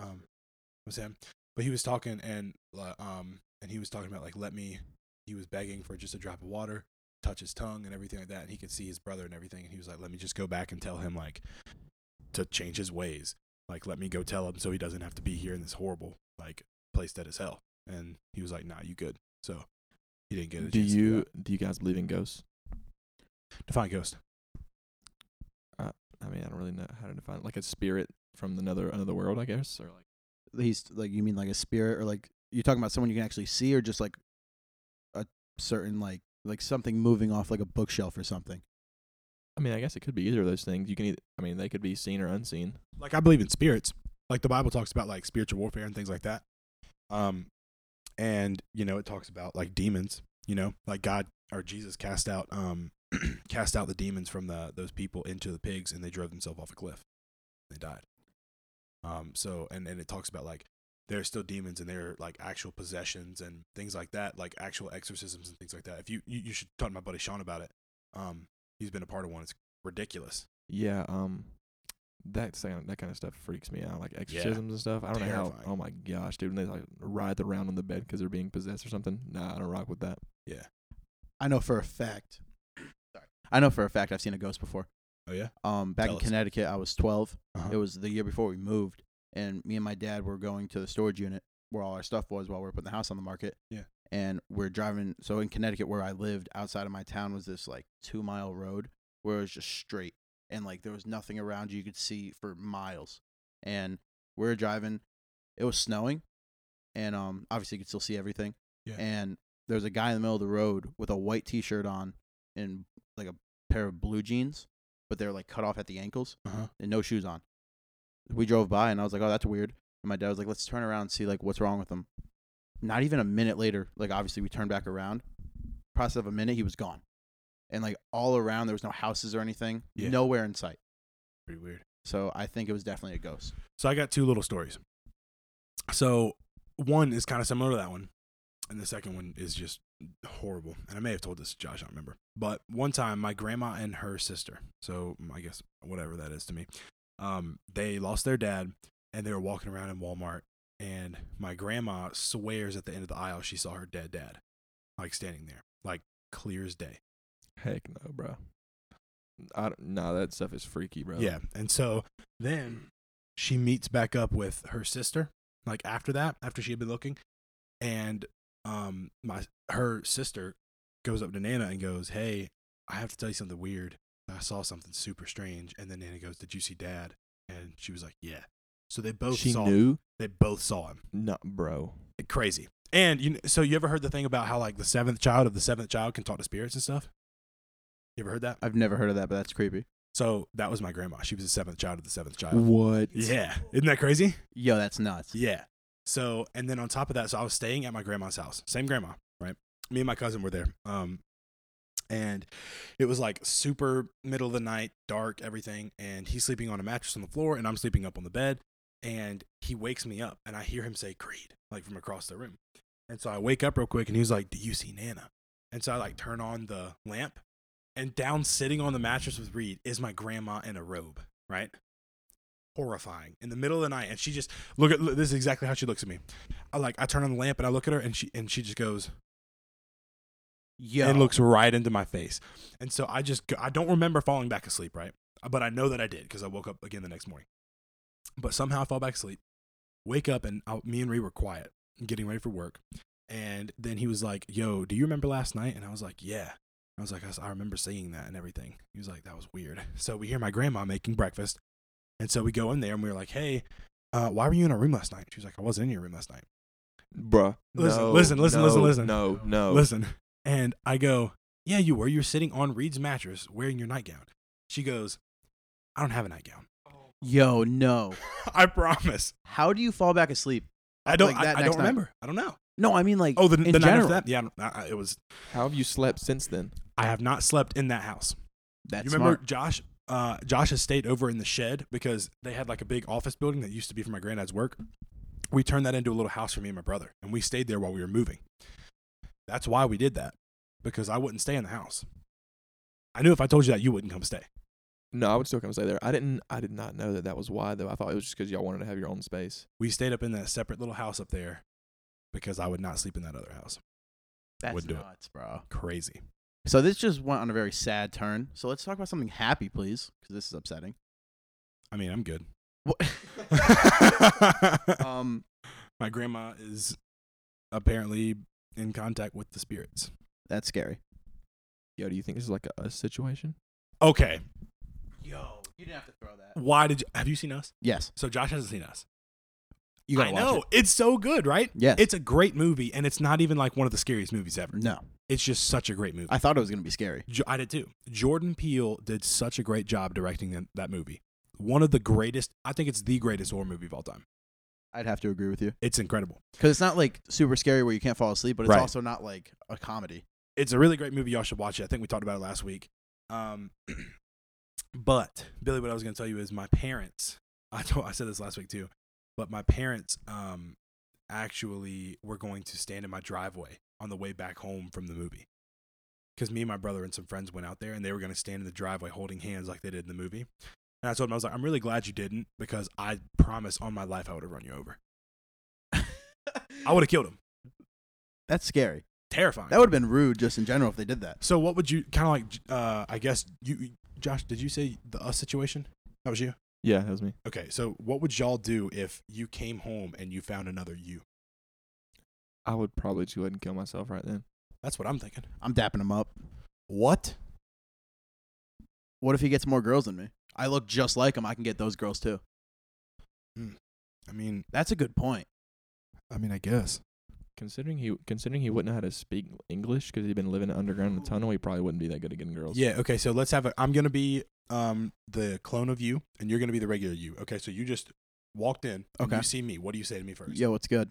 Um it was him. But he was talking and uh, um and he was talking about like let me he was begging for just a drop of water, touch his tongue and everything like that, and he could see his brother and everything, and he was like, Let me just go back and tell him like to change his ways. Like let me go tell him so he doesn't have to be here in this horrible like place that is hell. And he was like, Nah, you good. So he didn't get a Do chance to you that. do you guys believe in ghosts? define ghost? I mean, I don't really know how to define it. Like a spirit from another another world, I guess, or like he's like you mean like a spirit or like you're talking about someone you can actually see or just like a certain like like something moving off like a bookshelf or something I mean, I guess it could be either of those things. You can either, I mean, they could be seen or unseen. like I believe in spirits. Like the Bible talks about like spiritual warfare and things like that. Um and you know, it talks about like demons, you know, like God or Jesus cast out um *clears throat* cast out the demons from the those people into the pigs and they drove themselves off a cliff. They died. Um so and and it talks about like there are still demons and there are like actual possessions and things like that, like actual exorcisms and things like that. If you you, you should talk to my buddy Sean about it. Um he's been a part of one. It's ridiculous. Yeah, um, that sound, that kind of stuff freaks me out. Like exorcisms and stuff. I don't know Terrifying. how. Oh my gosh, dude! And they like writhe around on the bed because they're being possessed or something. Nah, I don't rock with that. i know for a fact sorry i know for a fact i've seen a ghost before Oh yeah? um back Tell in us. connecticut i was 12 Uh-huh. it was the year before we moved and me and my dad were going to the storage unit where all our stuff was while we were putting the house on the market Yeah. and we're driving so in connecticut where i lived outside of my town was this like two mile road where it was just straight and like there was nothing around you you could see for miles and we were driving it was snowing and um obviously you could still see everything Yeah. and there was a guy in the middle of the road with a white t-shirt on and like a pair of blue jeans but they're like cut off at the ankles Uh-huh. and no shoes on. We drove by and I was like, "Oh, that's weird." And my dad was like, "Let's turn around and see like what's wrong with him." Not even a minute later, like obviously we turned back around. Process of a minute, he was gone, and like all around there was no houses or anything, Yeah. nowhere in sight. Pretty weird. So I think it was definitely a ghost. So I got two little stories. So one is kind of similar to that one, and the second one is just horrible. And I may have told this to Josh, I don't remember. But one time, my grandma and her sister, so I guess whatever that is to me, um, they lost their dad, and they were walking around in Walmart, and my grandma swears at the end of the aisle she saw her dead dad, like standing there, like clear as day. Heck no, bro. I don't, nah, that stuff is freaky, bro. Yeah. And so then she meets back up with her sister, like after that, after she had been looking. And um my her sister goes up to Nana and goes, Hey, I have to tell you something weird. I saw something super strange. And then Nana goes, Did you see dad? And she was like, Yeah. So they both she saw knew. they both saw him. No, bro. Crazy. And you kn- so you ever heard the thing about how like the seventh child of the seventh child can talk to spirits and stuff? You ever heard that? I've never heard of that, but that's creepy. So that was my grandma. She was the seventh child of the seventh child. What? Yeah. Isn't that crazy? Yo, that's nuts. Yeah. So, and then on top of that, so I was staying at my grandma's house. Same grandma, right? Me and my cousin were there. Um, and it was like super middle of the night, dark, everything. And he's sleeping on a mattress on the floor, and I'm sleeping up on the bed. And he wakes me up, and I hear him say "Creed" like from across the room. And so I wake up real quick, and he's like, "Do you see Nana?" And so I like turn on the lamp, and down sitting on the mattress with Reed is my grandma in a robe, right? Horrifying in the middle of the night, and she just look at look, this is exactly how she looks at me. I like I turn on the lamp and I look at her, and she and she just goes, Yo, and looks right into my face. And so I just, go- I don't remember falling back asleep, right? But I know that I did because I woke up again the next morning. But somehow I fall back asleep, wake up, and I, me and Ree were quiet, getting ready for work. And then he was like, Yo, do you remember last night? And I was like, Yeah. I was like, I, s- I remember saying that and everything. He was like, That was weird. *laughs* So we hear my grandma making breakfast. And so we go in there and we were like, Hey, uh, why were you in our room last night? She was like, I wasn't in your room last night. Bruh. Listen, No, listen, listen, listen, no, listen. No, no. Oh. Listen. And I go, Yeah, you were. You're sitting on Reed's mattress wearing your nightgown. She goes, I don't have a nightgown. *laughs* Yo, no. I promise. How do you fall back asleep? I don't. Like that I, I don't next night. remember. I don't know. No, I mean like Oh, the, the in night general. after that. Yeah, I don't- I, I- it was. How have you slept since then? I have not slept in that house. That's you remember smart. Josh? Uh, Josh has stayed over in the shed because they had like a big office building that used to be for my granddad's work. We turned that into a little house for me and my brother, and we stayed there while we were moving. That's why we did that because I wouldn't stay in the house. I knew if I told you that, you wouldn't come stay. No, I would still come stay there. I didn't. I did not know that that was why though. I thought it was just because y'all wanted to have your own space. We stayed up in that separate little house up there because I would not sleep in that other house. That's would do it. nuts, bro. Crazy. So this just went on a very sad turn. So let's talk about something happy, please, because this is upsetting. I mean, I'm good. *laughs* *laughs* um, my grandma is apparently in contact with the spirits. that's scary. Yo, do you think this is like a, a situation? Okay. Yo, you didn't have to throw that. Why did you have you seen us? Yes, So Josh hasn't seen us. you gotta I watch know. it. It's so good, right? Yes. It's a great movie, and it's not even like one of the scariest movies ever. no, It's just such a great movie. I thought it was gonna be scary. Jo- I did too. Jordan Peele did such a great job directing that, that movie. One of the greatest, I think it's the greatest horror movie of all time. I'd have to agree with you It's incredible. because it's not like super scary where you can't fall asleep, but it's Right. also not like a *laughs* comedy. It's a really great movie. Y'all should watch it. I think we talked about it last week. Um, *clears throat* but Billy, what I was going to tell you is my parents. *laughs* I told, I said this last week too, but my parents um actually were going to stand in my driveway on the way back home from the movie because me and my brother and some friends went out there and they were going to stand in the driveway holding hands like they did in the movie. And I told them I was like, I'm really glad you didn't because I promise on my life I would have run you over. I would have killed him. That's scary. Terrifying. That would have been rude just in general if they did that. So what would you kind of like? Uh, I guess you, Josh, did you say the us situation? That was you. Yeah, that was me. Okay, so what would y'all do if you came home and you found another you? I would probably just go ahead and kill myself right then. That's what I'm thinking. I'm dapping him up. What? What if he gets more girls than me? I look just like him. I can get those girls too. I mean, That's a good point. I mean, I guess. Considering he considering he wouldn't know how to speak English because he'd been living underground in a tunnel, he probably wouldn't be that good at getting girls. Yeah. Okay. So let's have a. I'm gonna be um the clone of you, and you're gonna be the regular you. Okay. So you just walked in. and Okay. You see me. What do you say to me first? Yo, it's good.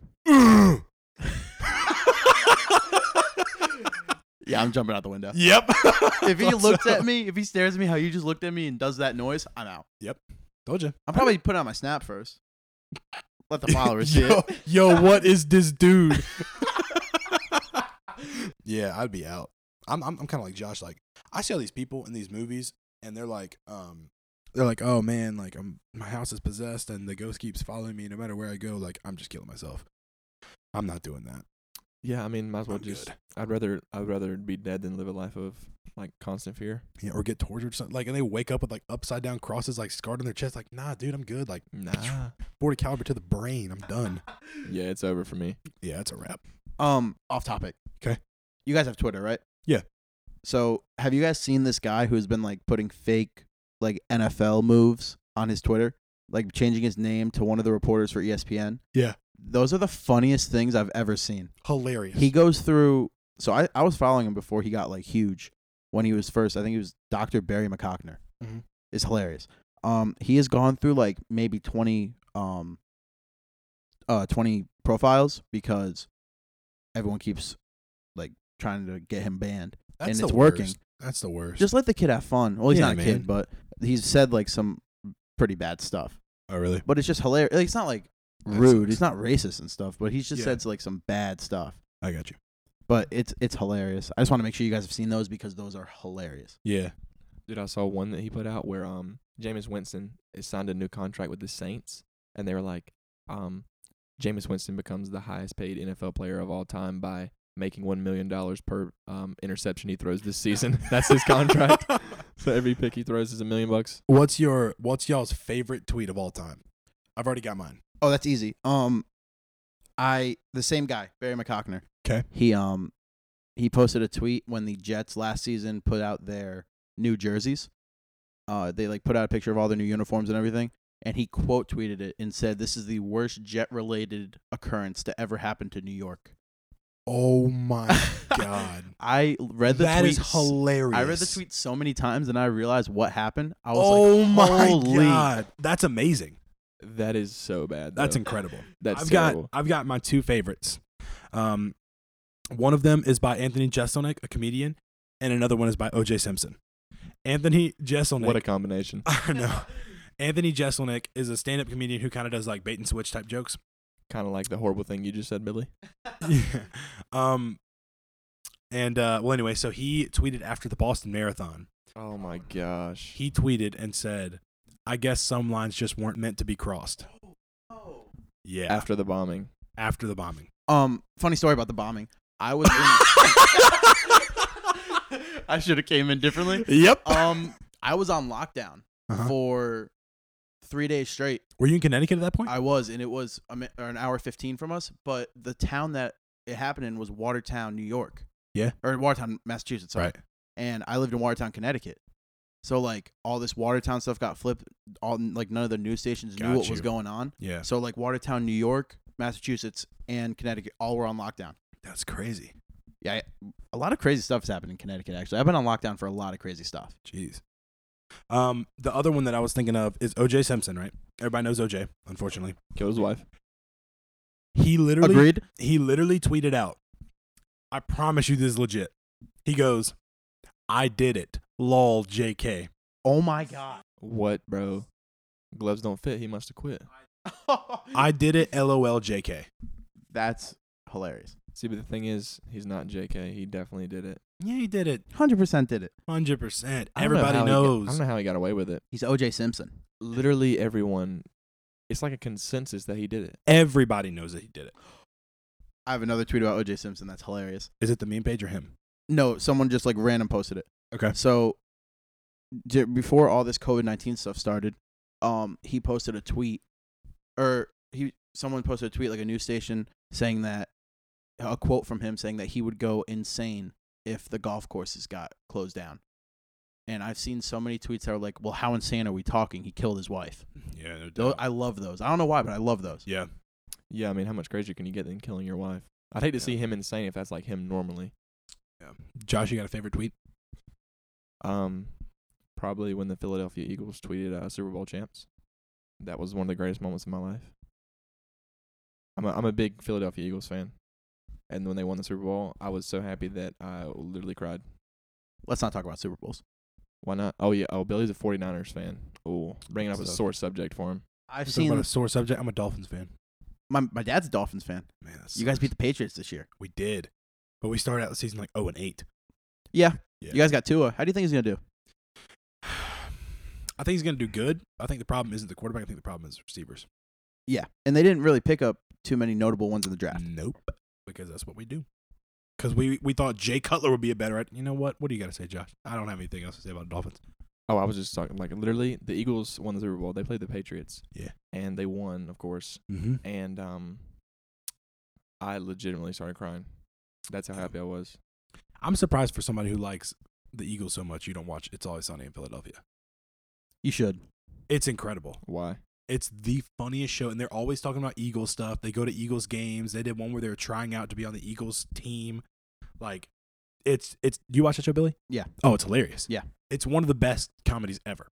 Yeah, I'm jumping out the window. *laughs* yep. *laughs* If *laughs* he *laughs* Thought looks so. at me, if he stares at me, how you just looked at me and does that noise, I'm out. Told you. I'm probably put it on my snap first. *laughs* Let the followers *laughs* see yo, it. yo, what is this dude? *laughs* yeah, I'd be out. I'm I'm, I'm kind of like Josh. Like I see all these people in these movies, and they're like, um, they're like, oh man, like I'm, my house is possessed, and the ghost keeps following me no matter where I go. Like I'm just killing myself. I'm not doing that. Yeah, I mean, might as well I'm just. good. I'd rather I'd rather be dead than live a life of like constant fear. Yeah, or get tortured. or Something like, and they wake up with like upside down crosses, like scarred on their chest. Like, nah, dude, I'm good. Like, Nah. 40 caliber to the brain. I'm done. yeah, it's over for me. yeah, that's a wrap. Um, off topic. 'Kay. You guys have Twitter, right? Yeah. So have you guys seen this guy who's been like putting fake like NFL moves on his Twitter? Like changing his name to one of the reporters for E ESPN? Yeah. Those are the funniest things I've ever seen. Hilarious. He goes through so I, I was following him before he got like huge when he was first I think he was Dr. Barry McCockner. Mhm. It's hilarious. Um he has gone through like maybe 20 um uh 20 profiles because everyone keeps like trying to get him banned. that's and the it's working. worst. That's the worst. Just let the kid have fun. Well, he's Yeah, not a man. kid, but he's said like some pretty bad stuff. oh, really? But it's just hilarious. Like, it's not like That rude. sucks. He's not racist and stuff, but he's just Yeah. said like some bad stuff I got you. but it's it's hilarious. I just want to make sure you guys have seen those because those are hilarious. Yeah. Dude, I saw one that he put out where um Jameis Winston is signed a new contract with the Saints, and they were like, um, Jameis Winston becomes the highest paid NFL player of all time by making one million dollars per um interception he throws this *laughs* season. *laughs* That's *laughs* his contract. so every pick he throws is a million bucks. What's your what's y'all's favorite tweet of all time? I've already got mine. Oh, that's easy. Um, I the same guy Barry McCockner. 'Kay. He um he posted a tweet when the Jets last season put out their new jerseys. Uh, they like put out a picture of all their new uniforms and everything, and he quote tweeted it and said, "This is the worst jet related occurrence to ever happen to New York." Oh *laughs* my god. I read the that tweet. is s- hilarious. I read the tweet so many times and I realized what happened. I was Oh like, my "Holy." god. That's amazing. That is so bad. That's though. incredible. That's I've terrible. got I've got my two favorites. Um, one of them is by Anthony Jeselnik, a comedian, and another one is by O.J. Simpson. Anthony Jeselnik. *laughs* what a combination. I know. Anthony Jeselnik is a stand-up comedian who kind of does like bait and switch type jokes. kind of like the horrible thing you just said, Billy. *laughs* yeah. Um, and uh, well, anyway, so he tweeted after the Boston Marathon. Oh my gosh. He tweeted and said, "I guess some lines just weren't meant to be crossed." Oh. Yeah. After the bombing. After the bombing. Um, funny story about the bombing. I was in *laughs* I should have came in differently. Yep. Um, I was on lockdown Uh-huh. for 3 days straight. Were you in Connecticut at that point? I was and it was a, mi- or an hour 15 from us, but the town that it happened in was Watertown, New York. Yeah. Or Watertown, Massachusetts, sorry. right. and I lived in Watertown, Connecticut. So like all this Watertown stuff got flipped. All like none of the news stations knew Got what was you. going on. Yeah. So like Watertown, New York, Massachusetts, and Connecticut all were on lockdown. That's crazy. Yeah, I- a lot of crazy stuff has happened in Connecticut. Actually, I've been on lockdown for a lot of crazy stuff. Jeez. Um, the other one that I was thinking of is OJ Simpson, right? Everybody knows OJ, unfortunately. Kill his wife. He literally Agreed. he literally tweeted out, I promise you this is legit. He goes, I did it. Lol JK. Oh my god. *laughs* What, bro? Gloves don't fit. He must have quit. I did it LOL JK. That's hilarious. See, but the thing is, he's not JK. He definitely did it. Yeah, he did it. Hundred percent did it. Hundred percent. I don't know Everybody how he got- I knows. don't know how he got away with it. He's OJ Simpson. Literally everyone. It's like a consensus that he did it. Everybody knows that he did it. I have another tweet about OJ Simpson. That's hilarious. Is it the meme page or him? No, someone just like random posted it. Okay. So j- before all this COVID nineteen stuff started, um, he posted a tweet, or he someone posted a tweet like a news station saying that a quote from him saying that he would go insane if the golf courses got closed down. And I've seen so many tweets that are like, "Well, how insane are we talking? He killed his wife." Yeah, no Tho- I love those. I don't know why, but I love those. yeah. Yeah, I mean, how much crazier can you get than killing your wife? I'd hate to Yeah. see him insane if that's like him normally. yeah. Josh, you got a favorite tweet? Um, probably when the Philadelphia Eagles tweeted uh, Super Bowl champs. That was one of the greatest moments of my life. I'm a, I'm a big Philadelphia Eagles fan, and when they won the Super Bowl, I was so happy that I literally cried. Let's not talk about Super Bowls. Why not? Oh yeah. Oh, Billy's a 49ers fan. Oh, bringing up a So- sore subject for him. I've Talking about seen a sore subject. I'm a Dolphins fan. my my dad's a Dolphins fan. Man, that You guys sucks. beat the Patriots this year. We did, but we started out the season like 0 and 8. Yeah. Yeah. You guys got Tua. How do you think he's gonna do? *sighs* I think he's going to do good. I think the problem isn't the quarterback. I think the problem is receivers. Yeah, and they didn't really pick up too many notable ones in the draft. Nope, because that's what we do. Because we we thought Jay Cutler would be a better. At, you know what? What do you got to say, Josh? I don't have anything else to say about the Dolphins. Oh, I was just talking like literally the Eagles won the Super Bowl. They played the Patriots. Yeah. And they won, of course. Mm-hmm. And um, I legitimately started crying. That's how happy I was. I'm surprised for somebody who likes the Eagles so much. You don't watch It's Always Sunny in Philadelphia. You should. It's incredible. Why? It's the funniest show, and they're always talking about Eagles stuff. They go to Eagles games. They did one where they were trying out to be on the Eagles team. Like, it's it's. Do you watch that show, Billy? Yeah. Oh, it's hilarious. Yeah. It's one of the best comedies ever.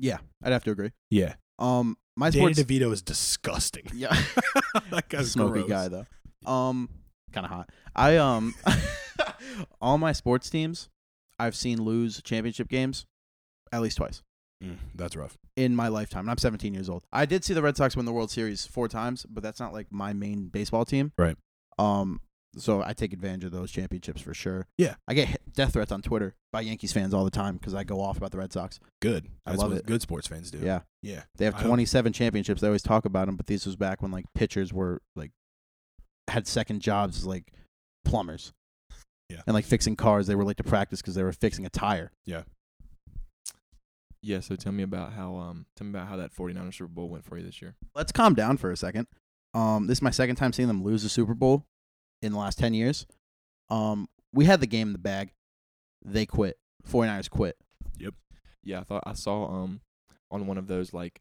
Yeah, I'd have to agree. Yeah. Um, my Danny sports. DeVito is disgusting. *laughs* *laughs* yeah, that guy's *laughs* smoky gross. guy though. Um, kind of hot. I um, *laughs* all my sports teams, I've seen lose championship games, at least twice Mm, that's rough. in my lifetime. And I'm 17 years old. I did see the Red Sox win the World Series four times, but that's not like my main baseball team. Right. Um. So I take advantage of those championships for sure. Yeah. I get hit- death threats on Twitter by Yankees fans all the time because I go off about the Red Sox. Good. I That's love what it. Good sports fans do. Yeah. Yeah. They I have hope- 27 championships. They always talk about them, but these was back when like pitchers were like had second jobs as, like plumbers. Yeah. And like fixing cars, they were late to practice because they were fixing a tire. Yeah. So tell me about how um, tell me about how that 49er Super Bowl went for you this year. Let's calm down for a second. Um, this is my second time seeing them lose the Super Bowl in the last 10 years. Um, we had the game in the bag. They quit. 49ers quit. Yeah, I thought I saw um on one of those like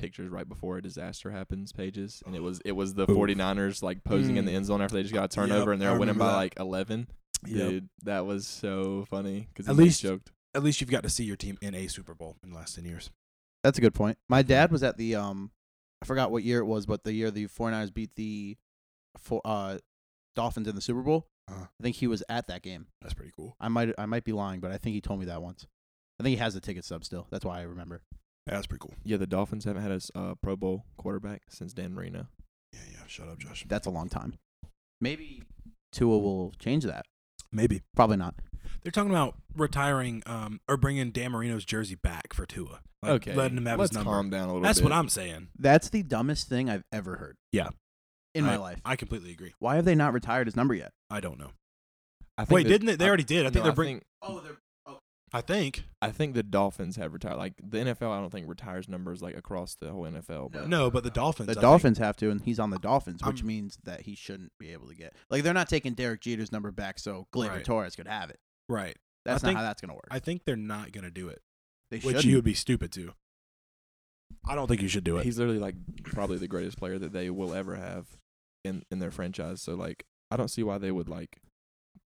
pictures right before a disaster happens pages, and it was it was the Oof. 49ers like posing in the Mm. end zone after they just got a turnover Yep, and I they're winning remember by that. like 11. Dude, that was so funny because At at least- least joked. At least you've got to see your team in a Super Bowl in the last 10 years. That's a good point. My dad was at the um I forgot what year it was, but the year the 49ers beat the four, uh Dolphins in the Super Bowl. Uh-huh. I think he was at that game. That's pretty cool. I might I might be lying, but I think he told me that once. I think he has the ticket stub still. That's why I remember. Yeah, that's pretty cool. Yeah, the Dolphins haven't had a s- uh, Pro Bowl quarterback since Dan Marino. Yeah, yeah. Shut up, Josh. That's a long time. Maybe Tua will change that. Maybe. Probably not. They're talking about retiring um, or bringing Dan Marino's jersey back for Tua. Like, okay, Letting him have let's his number. calm down a little. That's bit. what I'm saying. That's the dumbest thing I've ever heard. Yeah. In my I- life. I completely agree. Why have they not retired his number yet? I don't know. I think Wait, the- didn't they? They I- already did. I think no, they're bringing. think- Oh, they're I think. I think the Dolphins have retired. Like the NFL, I don't think retires numbers like across the whole NFL. But No, but the Dolphins. the I think. Dolphins have to, and he's on the Dolphins, which I'm- means that he shouldn't be able to get. Like they're not taking Derek Jeter's number back, so Glaber Right. Torres could have it. Right. That's I not think- how that's gonna work. I think they're not going to do it, they which should. you would be stupid to. I don't think you should do it. he's literally like probably the greatest player that they will ever have in in their franchise. So like, I don't see why they would like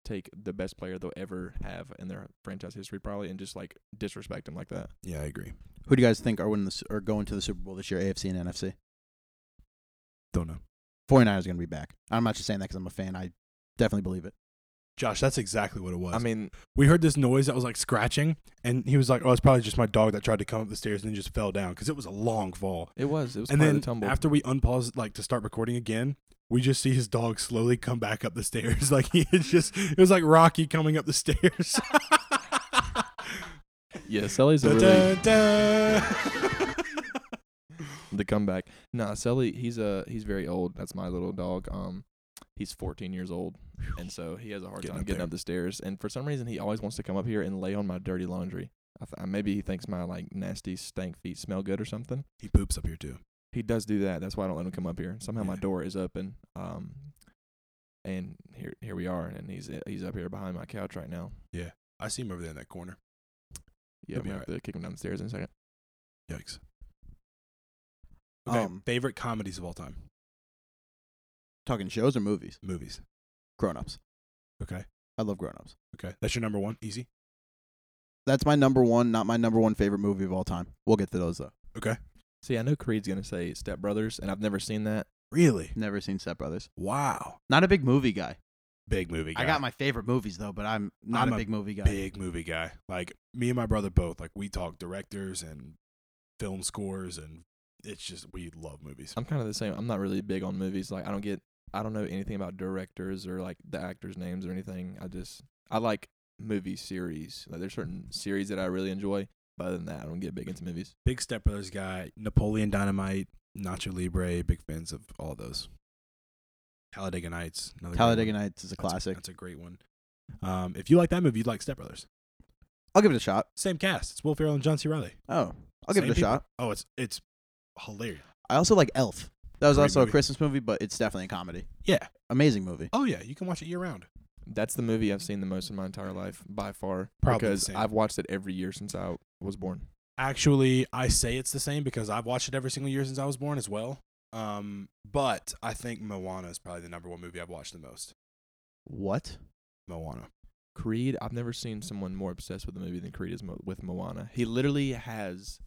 take the best player they'll ever have in their franchise history probably and just like disrespect him like that. yeah, I agree. Who do you guys think are winning this or going to the Super Bowl this year? AFC and NFC. Don't know. 49ers are gonna be back. I'm not just saying that because I'm a fan. I definitely believe it. Josh, that's exactly what it was. I mean, we heard this noise that was like scratching, and he was like, "Oh, it's probably just my dog that tried to come up the stairs and then just fell down because it was a long fall." it was it was and part of then the tumble. after we unpause, like to start recording again, we just see his dog slowly come back up the stairs. *laughs* Like he had just, it was like Rocky coming up the *laughs* stairs. yeah, Sully's a Dun, really dun, dun. the comeback. Nah, Sully, he's uh, he's very old. That's my little dog. Um, he's 14 years old, and so he has a hard Getting time up getting there. up the stairs. And for some reason, he always wants to come up here and lay on my dirty laundry. I th- maybe he thinks my like nasty stank feet smell good or something. *laughs* he poops up here too. He does do that. That's why I don't let him come up here. Somehow my Yeah. door is open. Um, and here here we are, and he's he's up here behind my couch right now. I see him over there in that corner. He'll Yeah, I'm be gonna have to kick him down the stairs in a second. Yikes. Okay, Um, favorite comedies of all time, Talking shows or movies? movies. Grown ups. Okay, I love grown ups. okay, that's your number one. Easy. That's my number one, not my number one favorite movie of all time. We'll get to those though. Okay. See, I know Creed's gonna say Step Brothers, and I've never seen that. Really? Never seen Step Brothers. Wow. Not a big movie guy. Big movie. Guy. I got my favorite movies though, but I'm not I'm a a big movie guy. big movie guy. Like me and my brother both. Like we talk directors and film scores, and it's just we love movies. I'm kind of the same. I'm not really big on movies. Like I don't get I don't know anything about directors or like the actors' names or anything. I just I like movie series. Like there's certain series that I really enjoy. But other than that, I don't get big into movies. Big Step Brothers guy. Napoleon Dynamite, Nacho Libre. Big fans of all those. Talladega Nights. Another great Talladega one. Nights is a That's classic. That's a great one. Um, if you like that movie, you'd like Step Brothers. I'll give it a shot. Same cast. It's Will Ferrell and John C. Riley. Oh, I'll give Same it a people. shot. Oh, it's it's hilarious. I also like Elf. That was Great also movie. a Christmas movie, but it's definitely a comedy. Yeah. Amazing movie. Oh yeah, you can watch it year round. That's the movie I've seen the most in my entire life by far. Probably the because same. I've watched it every year since I was born. Actually, I say it's the same because I've watched it every single year since I was born as well. Um, but I think Moana is probably the number one movie I've watched the most. What? Moana. Creed. I've never seen someone more obsessed with a movie than Creed is mo- with Moana. He literally has.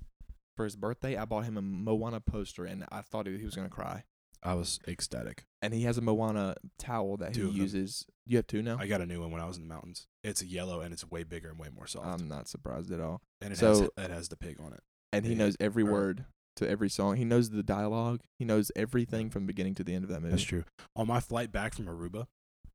For his birthday, I bought him a Moana poster, and I thought he he was gonna cry. I was ecstatic. and he has a Moana towel that Two of he them. uses. You have two now. I got a new one when I was in the mountains. It's yellow and it's way bigger and way more soft. I'm not surprised at all. and it has so- it has the pig on it. And he Yeah, knows every right. word to every song. He knows the dialogue. He knows everything from beginning to the end of that movie. That's true. On my flight back from Aruba,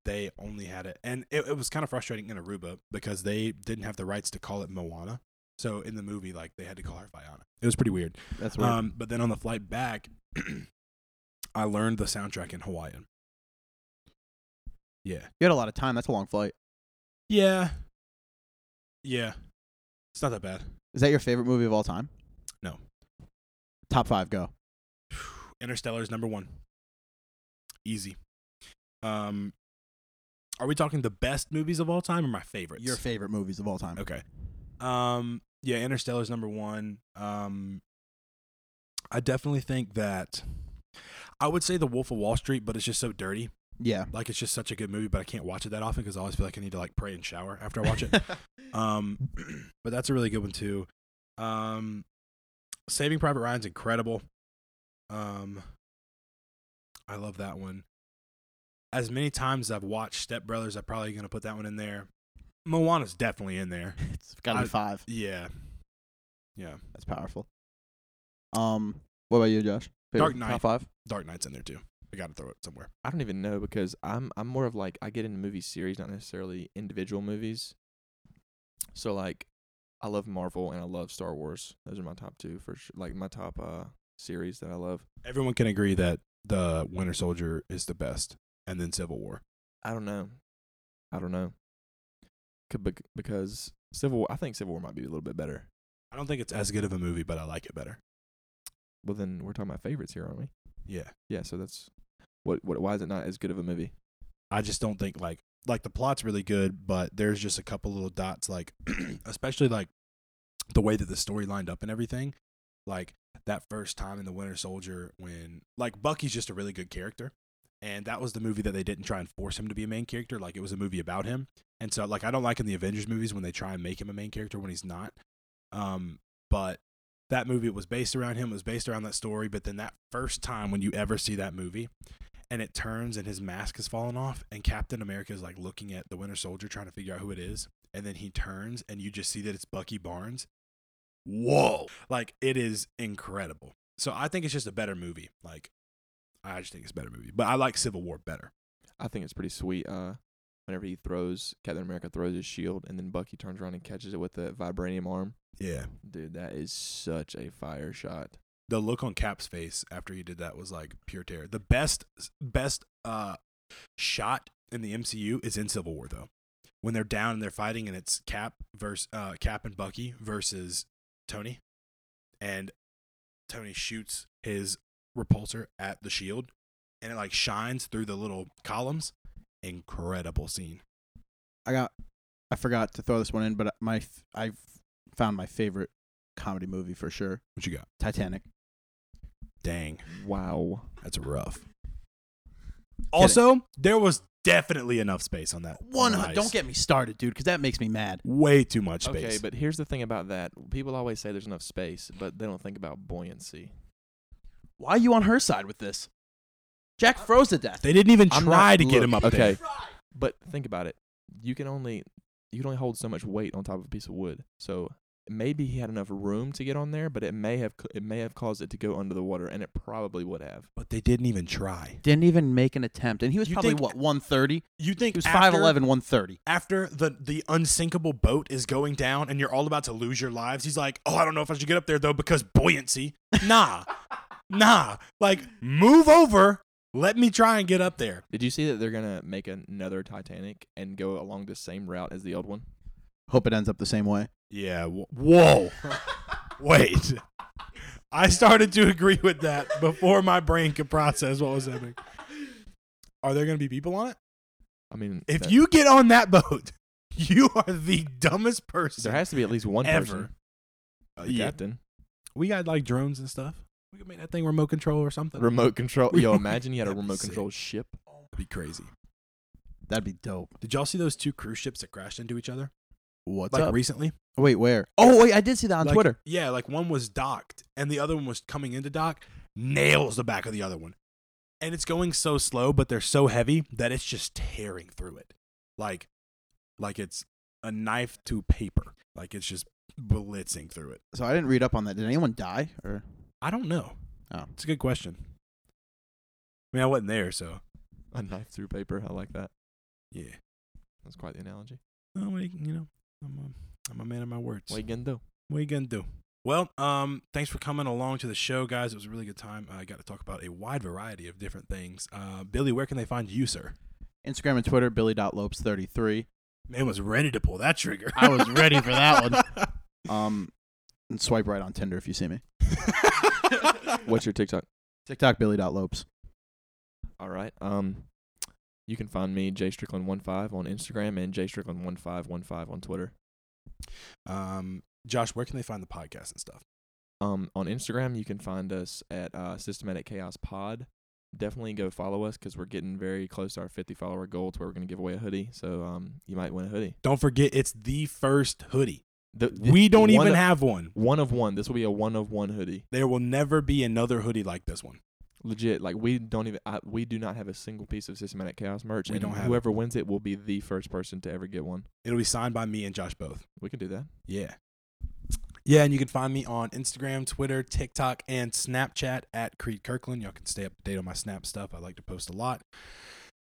they only had it, and it, it was kind of frustrating in Aruba because they didn't have the rights to call it Moana. So in the movie, like they had to call her Fiona. It was pretty weird. That's weird. Um, but then on the flight back, *clears throat* I learned the soundtrack in Hawaiian. Yeah. you had a lot of time. That's a long flight. Yeah. Yeah. It's not that bad. Is that your favorite movie of all time? No. Top five, go. Interstellar is number one. Easy. Um, are we talking the best movies of all time or my favorites? Your favorite movies of all time. Okay. Um. Yeah, Interstellar's number one. Um. I definitely think that I would say The Wolf of Wall Street, but it's just so dirty. Yeah. Like it's just such a good movie, but I can't watch it that often because I always feel like I need to like pray and shower after I watch *laughs* it. um, *clears throat* but that's a really good one too. Um, Saving Private Ryan's incredible. Um, I love that one. As many times as I've watched Step Brothers, I'm probably gonna put that one in there. Moana's definitely in there. it's got to I- be five. Yeah, yeah. That's powerful. Um, what about you, Josh? Dark Favorite? Knight. Top five. Dark Knight's in there too. I gotta throw it somewhere. I don't even know because I'm I'm more of like I get into movie series, not necessarily individual movies. So like, I love Marvel and I love Star Wars. Those are my top two for sure. Like my top uh series that I love. Everyone can agree that the Winter Soldier is the best, and then Civil War. I don't know. I don't know. C- bec- Because Civil War, I think Civil War might be a little bit better. I don't think it's as good of a movie, but I like it better. Well, then we're talking about favorites here, aren't we? Yeah, Yeah. So that's what. What? Why is it not as good of a movie? I just don't think like like the plot's really good, but there's just a couple little dots like, *clears throat* especially like the way that the story lined up and everything. Like that first time in the Winter Soldier when like Bucky's just a really good character, and that was the movie that they didn't try and force him to be a main character. Like it was a movie about him, and so like I don't like in the Avengers movies when they try and make him a main character when he's not. Um, but that movie was based around him, was based around that story. But then that first time when you ever see that movie, and it turns and his mask has fallen off and captain america is like looking at the winter soldier trying to figure out who it is and then he turns and you just see that it's bucky barnes whoa like it is incredible so i think it's just a better movie like i just think it's a better movie but i like civil war better I think it's pretty sweet. Uh, whenever he throws Captain America throws his shield, and then Bucky turns around and catches it with the vibranium arm. yeah Dude, that is such a fire shot. the look on cap's face after he did that was like pure terror the best best uh shot in the mcu is in civil war though when they're down and they're fighting and it's cap versus uh cap and bucky versus tony and tony shoots his repulsor at the shield and it like shines through the little columns incredible scene I got. I forgot to throw this one in, but uh, my f- I found my favorite comedy movie for sure. what you got Titanic. dang Wow. that's rough also there was definitely enough space on that One. on hun- the Don't ice. get me started, dude, because that makes me mad. way too much space Okay, but here's the thing about that. People always say there's enough space, but they don't think about buoyancy. Why are you on her side with this? Jack froze to death. They didn't even I'm try not- to get look, him up okay. there. But think about it. You can only you can only hold so much weight on top of a piece of wood. So maybe he had enough room to get on there, but it may have c- it may have caused it to go under the water, and it probably would have. But they didn't even try. Didn't even make an attempt, and he was You probably think- what 130. You He think was after- 5'11", 130. After the the unsinkable boat is going down and you're all about to lose your lives, he's like, "Oh, I don't know if I should get up there though because buoyancy." *laughs* Nah, nah. Like move over. Let me try and get up there. Did you see that they're gonna make another Titanic and go along the same route as the old one? Hope it ends up the same way. Yeah. wh- *laughs* Whoa. Wait. I started to agree with that before my brain could process what was happening. Are there going to be people on it? I mean, If that- you get on that boat, *laughs* you are the dumbest person there has to be at least one ever. person, Uh, the *laughs* captain, We got like drones and stuff. We could make that thing remote control or something. remote control. *laughs* Yo, imagine you had a That'd be remote sick. control ship. That'd be crazy. That'd be dope. Did y'all see those two cruise ships that crashed into each other? What's like up? recently? wait, where? Oh, wait, I did see that on Like- Twitter. Yeah, like one was docked and the other one was coming into dock, nails the back of the other one. And it's going so slow, but they're so heavy that it's just tearing through it. Like like it's a knife to paper. Like it's just blitzing through it. So I didn't read up on that. Did anyone die or? I don't know. Oh. It's a good question. I mean, I wasn't there, so A knife through paper. I like that. yeah. That's quite the analogy. Oh, what do you you know, I'm a, I'm a man of my words. What you gonna do? What are you gonna do? Well, um, thanks for coming along to the show, guys. It was a really good time. I got to talk about a wide variety of different things. Uh, Billy, where can they find you, sir? Instagram and Twitter, billy.lopes33. Man was ready to pull that trigger. I was ready for that one. Um, and swipe right on Tinder if you see me. *laughs* What's your TikTok? TikTok, billy.lopes. All right. Um, you can find me Jay Strickland 15 on Instagram and Jay Strickland 1515 on Twitter. um, Josh, where can they find the podcast and stuff? Um, on Instagram, you can find us at uh, Systematic Chaos Pod. Definitely go follow us because we're getting very close to our 50 follower goal to where we're going to give away a hoodie. So um, you might win a hoodie. Don't forget, it's the first hoodie. The, the- We don't one even of- have one. one of one. This will be a one of one hoodie. There will never be another hoodie like this one. Legit, like we don't even I, we do not have a single piece of systematic chaos merch. We and don't have it. whoever wins it will be the first person to ever get one. It'll be signed by me and Josh both. We can do that. Yeah. Yeah, and you can find me on Instagram, Twitter, TikTok, and Snapchat at Creed Kirkland. Y'all can stay up to date on my Snap stuff. I like to post a lot.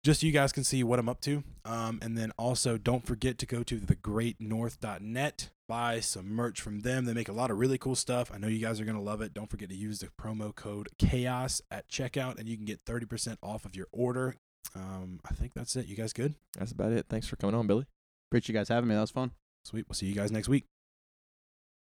Just so you guys can see what I'm up to. Um, and then also, don't forget to go to thegreatnorth.net, buy some merch from them. They make a lot of really cool stuff. I know you guys are going to love it. Don't forget to use the promo code CHAOS at checkout, and you can get 30% off of your order. Um, I think that's it. You guys good? That's about it. Thanks for coming on, Billy. Appreciate you guys having me. That was fun. Sweet. We'll see you guys next week.